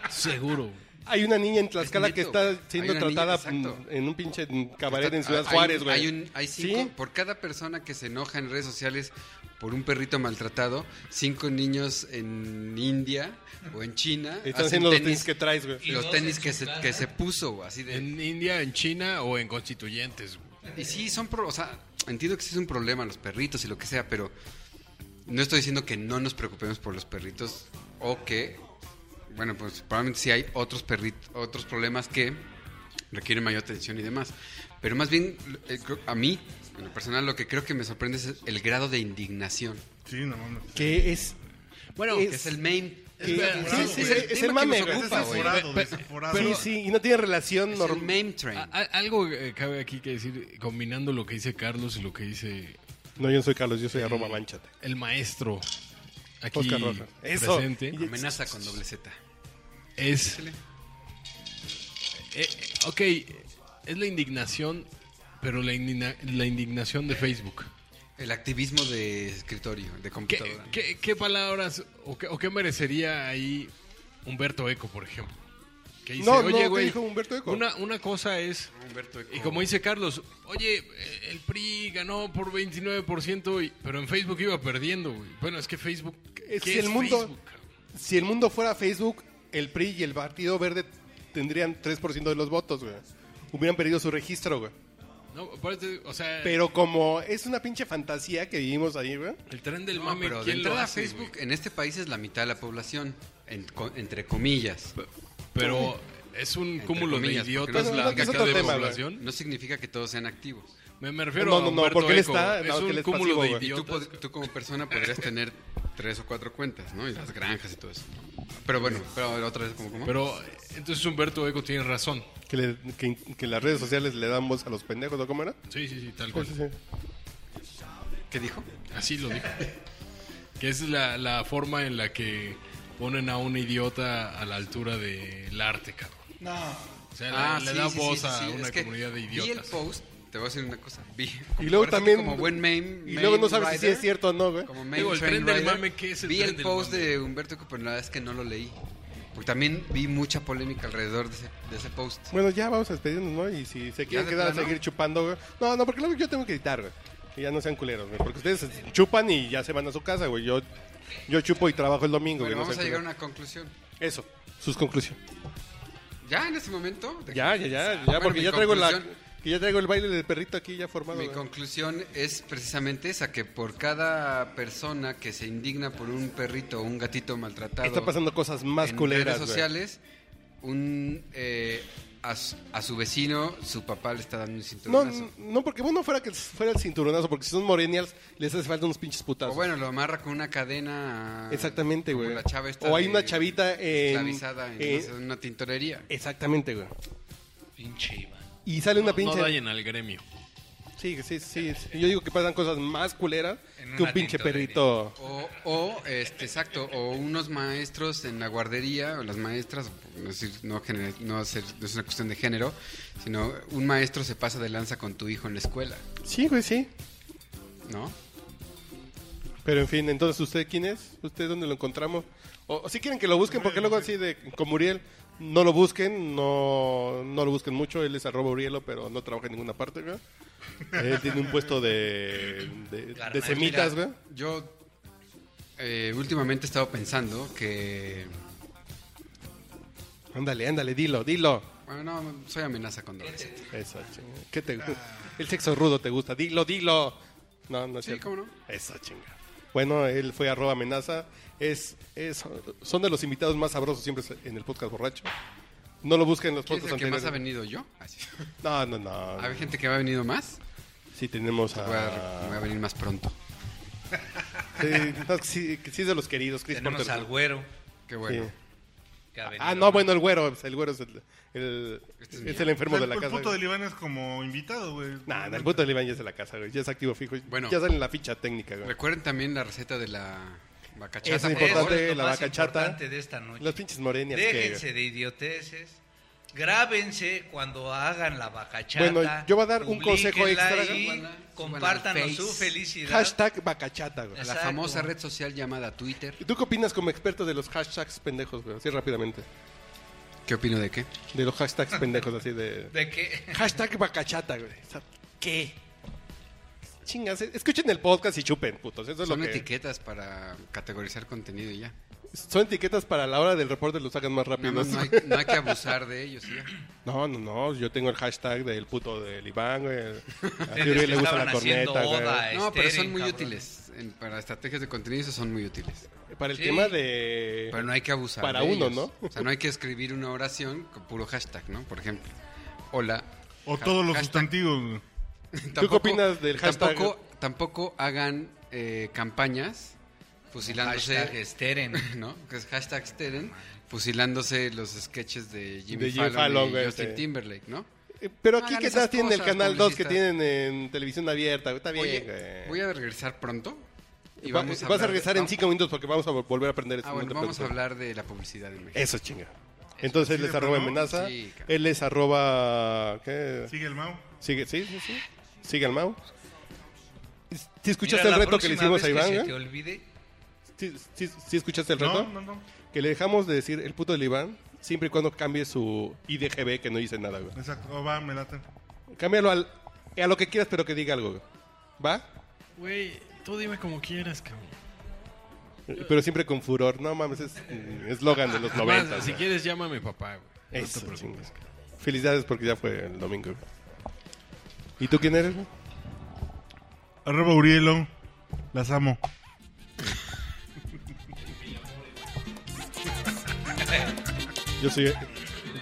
Seguro. güey.
Hay una niña en Tlaxcala
Es
que
neto,
está
güey.
siendo
Hay una niña,
tratada
exacto.
mm, en un pinche mm, cabaret
Está-
en Ciudad
hay-
Juárez, güey.
Hay, un- hay cinco,
¿Sí?
por cada persona que se enoja en redes sociales por un perrito maltratado, cinco niños en India o en China
Están
hacen
haciendo los
tenis-
tenis que traes, güey.
Y
los
dos
tenis
en
que
su
se,
casa.
que se puso, güey, así de...
En India, en China o en constituyentes, güey.
Y sí, son pro- o sea, entiendo que sí es un problema los perritos y lo que sea, pero no estoy diciendo que no nos preocupemos por los perritos o que, bueno, pues probablemente sí hay otros perritos, otros problemas que requieren mayor atención y demás. Pero más bien, eh, creo- a mí, en lo personal, lo que creo que me sorprende es el grado de indignación.
Sí, no mames.
Que es
Bueno,
Es-
que es el main.
sí,
Sí,
sí,
es el,
es el
tema que
mame,
nos
güey, es
ocupa,
Es
güey.
desaforado,
Pe- pe-
desaforado.
sí, sí, y no tiene relación
Es el
normal.
main train.
ah,
a- a- algo eh, cabe aquí que decir, combinando lo que dice Carlos y lo que dice
No, yo no soy Carlos, yo soy arroba manchate.
el maestro aquí
Oscar Rojas. Eso.
presente.
Amenaza con doble Z.
es. Eh, ok, es la indignación, pero la, indigna- la indignación de Facebook.
El activismo de escritorio, de
¿Qué,
computadora.
qué- qué palabras o qué, o qué merecería ahí Humberto Eco, por ejemplo? Que dice,
No, no,
oye,
¿qué
güey,
dijo Humberto Eco? Ah,
Una, una cosa es,
Humberto Eco.
y como dice Carlos, oye, eh, el PRI ganó por 29%, y- pero en Facebook iba perdiendo, güey. Bueno, es que Facebook...
Es
¿qué
el mundo-
Facebook, cabrón?
Si el mundo fuera Facebook, el PRI y el Partido Verde tendrían 3% de los votos, güey. Hubieran perdido su registro, güey.
No, aparte, o sea,
Pero como es una pinche fantasía que vivimos ahí, güey.
el tren del
No,
mame,
pero de
¿quién lo
entrada
hace, güey?
Facebook en este país es la mitad de la población, en- co- entre comillas.
Pero es un
Entre
cúmulo
comillas,
de
porque
idiotas
no-
la
no, que es
mitad
otro
de
tema,
población.
No significa que todos sean activos.
Me, me refiero
No,
a
no, no,
Humberto
porque él
Eco,
está-
güey.
no,
es
que
un
él es
cúmulo
pasivo,
de
güey.
Y tú,
idiotas.
pod- tú como persona
<laughs>
podrías tener tres o cuatro cuentas, ¿no? Y las granjas y todo eso. Pero bueno, pero otra vez como como.
Pero eh, entonces Humberto Eco tiene razón.
Que, le- que- que las redes sociales le dan voz a los pendejos, ¿o cómo era?
Sí, sí, sí, tal cual.
¿Qué dijo?
Así lo dijo. Que esa es la, la forma en la que ponen a un idiota a la altura del arte, cabrón.
No.
O sea, le- le, da
Ah, sí, sí,
voz
sí,
a
sí.
una
Es que
comunidad de
Vi el
idiotas.
post, te voy a decir una cosa. Vi,
Y luego
ahora sí que
también-
Como buen main.
Y luego
main
no sabes si
rider,
es cierto o no, güey.
Como main
Digo, el
train
tren del
rider,
mame, ¿qué es el
Vi
tren
el
del
post
mame?
de Humberto Eco, pero la verdad es que no lo leí. Porque también vi mucha polémica alrededor de ese, de ese post.
Bueno, ya vamos a despedirnos, ¿no? Y si se quieren
de
quedar a
plano?
seguir chupando, güey. No, no, porque luego yo tengo que editar, güey. Que ya no sean culeros, güey. Porque ustedes chupan y ya se van a su casa, güey. Yo, yo chupo y trabajo el domingo, güey.
Bueno,
no
vamos a
sean
llegar a
culeros.
una conclusión.
Eso, sus conclusiones.
Ya en ese momento. de-
Ya, ya, ya, ya,
Ah, Bueno,
porque
mi
ya traigo, la,
conclusión-
que ya traigo el baile del perrito aquí ya formado.
Mi
güey.
conclusión es precisamente esa, que por cada persona que se indigna por un perrito o un gatito maltratado
Está pasando cosas más
en
culeras,
redes
güey.
sociales, un, eh, a, su, a su vecino, su papá le está dando un
No,
cinturonazo.
n- no, porque bueno fuera que fuera el cinturonazo, porque si son morenials les hace falta unos pinches
o
putazos.
Pues bueno, lo amarra con una cadena.
Exactamente,
como
güey.
la chava esta
O hay
de-
una chavita en-
esclavizada en,
en-
no sé, una tintorería.
Exactamente, güey.
Pinche Iván.
Y sale una
No,
pinche...
no dañen al gremio.
sí, sí, sí, sí. Yo digo que pasan cosas más culeras
En
que un
una
pinche
tintorería.
perrito.
O, o, este, exacto, o unos maestros en la guardería, o las maestras, o no, sé, no, gener- no hacer- no es una cuestión de género, sino un maestro se pasa de lanza con tu hijo en la escuela,
Sí, güey, sí.
¿no?
Pero en fin, entonces, ¿usted quién es? ¿Usted dónde lo encontramos? O, o si quieren que lo busquen, porque luego así de como Uriel, no lo busquen, no, no lo busquen mucho. Él es arroba Urielo, pero no trabaja en ninguna parte, güey. Él tiene un puesto de, de, de
Carnal,
semitas,
Mira,
güey.
Yo eh, últimamente he estado pensando que...
Ándale, ándale, dilo, dilo.
Bueno, no, soy amenaza con adolescente.
Eso, chinga. ¿Qué te El sexo rudo te gusta, dilo, dilo. No, no es
Sí,
cierto.
cómo no.
Eso, chinga. Bueno, él fue arroba amenaza. Es, es, son de los invitados más sabrosos siempre en el podcast borracho. No lo busquen en los
¿Quién es
podcasts
el que
anteriores.
más ha venido yo?
<laughs>
Así.
No, no, no.
¿Hay gente que me ha venido más?
Sí, tenemos
Voy a, voy a
a.
venir más pronto.
Sí, no, sí, sí es de los queridos, Chris
Tenemos
Porter.
al güero.
Qué bueno.
Sí.
que ha
Ah,
venido.
no, bueno, el güero. El güero es el, el-
Este
es el enfermo de la
el
casa.
puto del Iván es como invitado, güey.
Nah, nah, el puto del Iván ya es de la casa, güey. Ya es activo fijo.
Bueno.
ya sale en la ficha técnica, güey.
Recuerden también la receta de la
Es
bacachata.
Eso
por favor.
importante,
lo
la
más
vaca chata.
importante de esta noche.
Las pinches morenias. que-
Déjense de idioteces. Grábense cuando hagan la bacachata.
Bueno, yo voy a dar un consejo
publíquenla
extra.
y
Súbanla, súbanla al
compártanos
Face.
su felicidad.
Hashtag bacachata, güey.
A la
Exacto.
famosa red social llamada Twitter.
¿Y ¿Tú qué opinas como experto de los hashtags pendejos, güey? Así rápidamente.
¿Qué opino de qué?
De los hashtags pendejos, así de...
De que
Hashtag bacachata, güey. O sea, ¿Qué? Chingas, eh, escuchen el podcast y chupen, putos. Eso es
Son
lo que...
etiquetas para categorizar contenido y ya.
Son etiquetas para la hora del reporte, los hagan más
Nada
rápido.
más No, hay, no hay que abusar de ellos. y ya.
<laughs> No, no, no. Yo tengo el hashtag del puto del Iván, güey.
<laughs>
A
Desde
Yuri
que
le gusta la
estaban haciendo
corneta, güey.
oda, eh.
No, pero son
Estéril,
muy
cabrón.
útiles. En- para estrategias de contenido esos son muy útiles.
Para el
Sí.
tema de...
Pero no hay que abusar.
Para
de
uno,
ellos.
¿no?
O sea, no hay que escribir una oración con puro hashtag, ¿no? Por ejemplo, hola. <laughs>
O
ha-
todos los
hashtag
sustantivos, güey.
Tampoco-
qué opinas del hashtag?
Tampoco, tampoco hagan eh, campañas fusilándose, este,
hashtag esteren.
¿no? Que es hashtag Steren, fusilándose los sketches de Jimmy,
De Jimmy
Fallon,
Fallon, este.
y
güey,
Justin
sí.
Timberlake, ¿no?
Eh, Pero aquí
Hagan
que
esas
estás tienen el
cosas,
canal 2 que
publicistas.
tienen en televisión abierta, güey, está bien,
Oye,
güey.
voy a regresar pronto. Y
Va- vas
vamos a
a
hablar
regresar
de-
en 5 minutos porque vamos a vol- volver a aprender
Ah,
esto. no
bueno,
te
vamos a
preocupes.
hablar de la publicidad en México.
Eso, chinga. Entonces él
¿Sí,
es
de
arroba
plano?
amenaza.
Sí, cabrón.
él es arroba. ¿Qué?
Sigue el Mau.
Sigue, sí, sí, sí. Sigue al Mau. ¿Sí escuchaste
Mira, la
el reto que le
próxima
hicimos a
vez
Iván? eh?
Que se
güey?
te olvide.
¿Sí, sí, sí escuchaste el
No,
reto?
no, no.
Que le dejamos de decir el puto del Iván siempre y cuando cambie su IDGB que no dice nada, güey.
Exacto. O va, me late.
Cámbialo al, a lo que quieras, pero que diga algo, güey. ¿Va?
Güey, tú dime como quieras, cabrón.
Pero siempre con furor. No mames, es mm, eslogan de los 90.
Además, si
güey.
quieres, llámame papá, güey. No
Eso,
te preocupes.
chingas. Felicidades porque ya fue el domingo. ¿Y tú quién eres? güey?
Arroba Urielo. Las amo.
Yo soy.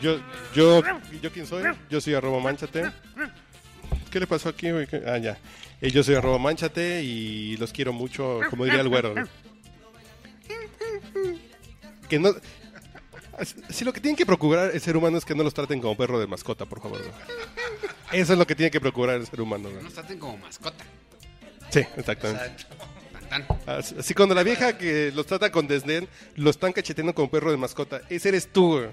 Yo, yo, ¿yo quién soy? Yo soy arroba manchate. ¿Qué le pasó aquí? güey? ¿Qué? Ah, ya. Eh, yo soy arroba manchate y los quiero mucho, como diría el güero. güey. Que no... Si lo que tienen que procurar el ser humano es que no los traten como perro de mascota, por favor. güey. Eso es lo que tiene que procurar el ser humano. güey.
Nos traten como mascota.
Sí, exactamente.
Tan, tan.
Así así cuando la vieja que los trata con desdén, los están cacheteando como perro de mascota. Ese eres tú, güey.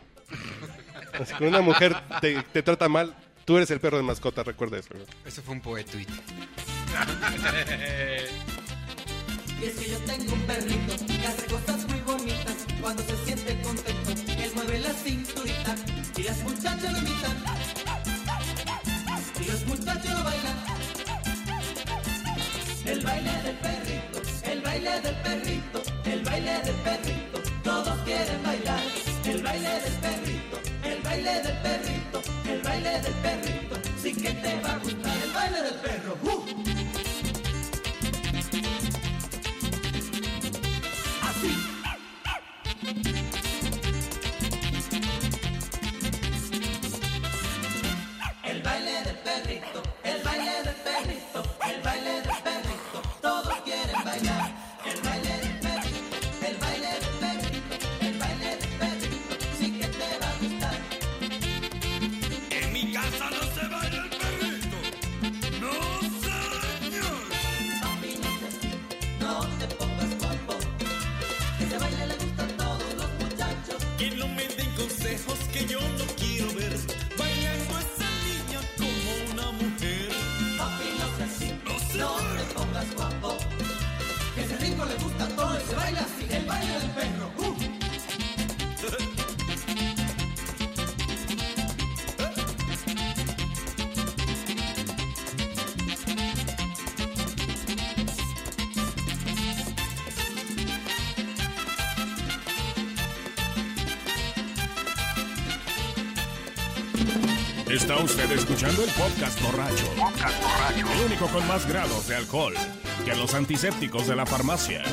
Así que una mujer te, te trata mal, tú eres el perro de mascota, recuerda eso. güey.
Eso fue un poetuit.
Y es que yo tengo un perrito que hace cosas muy bonitas cuando se siente contento. Él mueve la cinturita y las muchachas lo imitan. Y los muchachos lo bailan. El baile del perrito, el baile del perrito, el baile del perrito. Todos quieren bailar. El baile del perrito, el baile del perrito, el baile del perrito. Sí que te va a gustar el baile del perro. ¡Uh! El baile del perrito, el baile del perrito, el baile del perrito, todos quieren bailar. El baile del perrito, el baile del perrito, el baile del perrito, sí que te va a gustar.
En mi casa no se baila el perrito. No, señor.
Papi, no seas así, no te pongas guapo. Ese baile le gusta a todos los muchachos.
Que no me den consejos que yo no quiero ver. Bailando a esa niña como una mujer.
Papi, no seas así,
No,
no
señor.
te pongas guapo. Ese ritmo le gusta a todos y se baila así. El baile del perro. ¡Uh!
Está usted escuchando el podcast borracho. El único con más grados de alcohol que los antisépticos de la farmacia.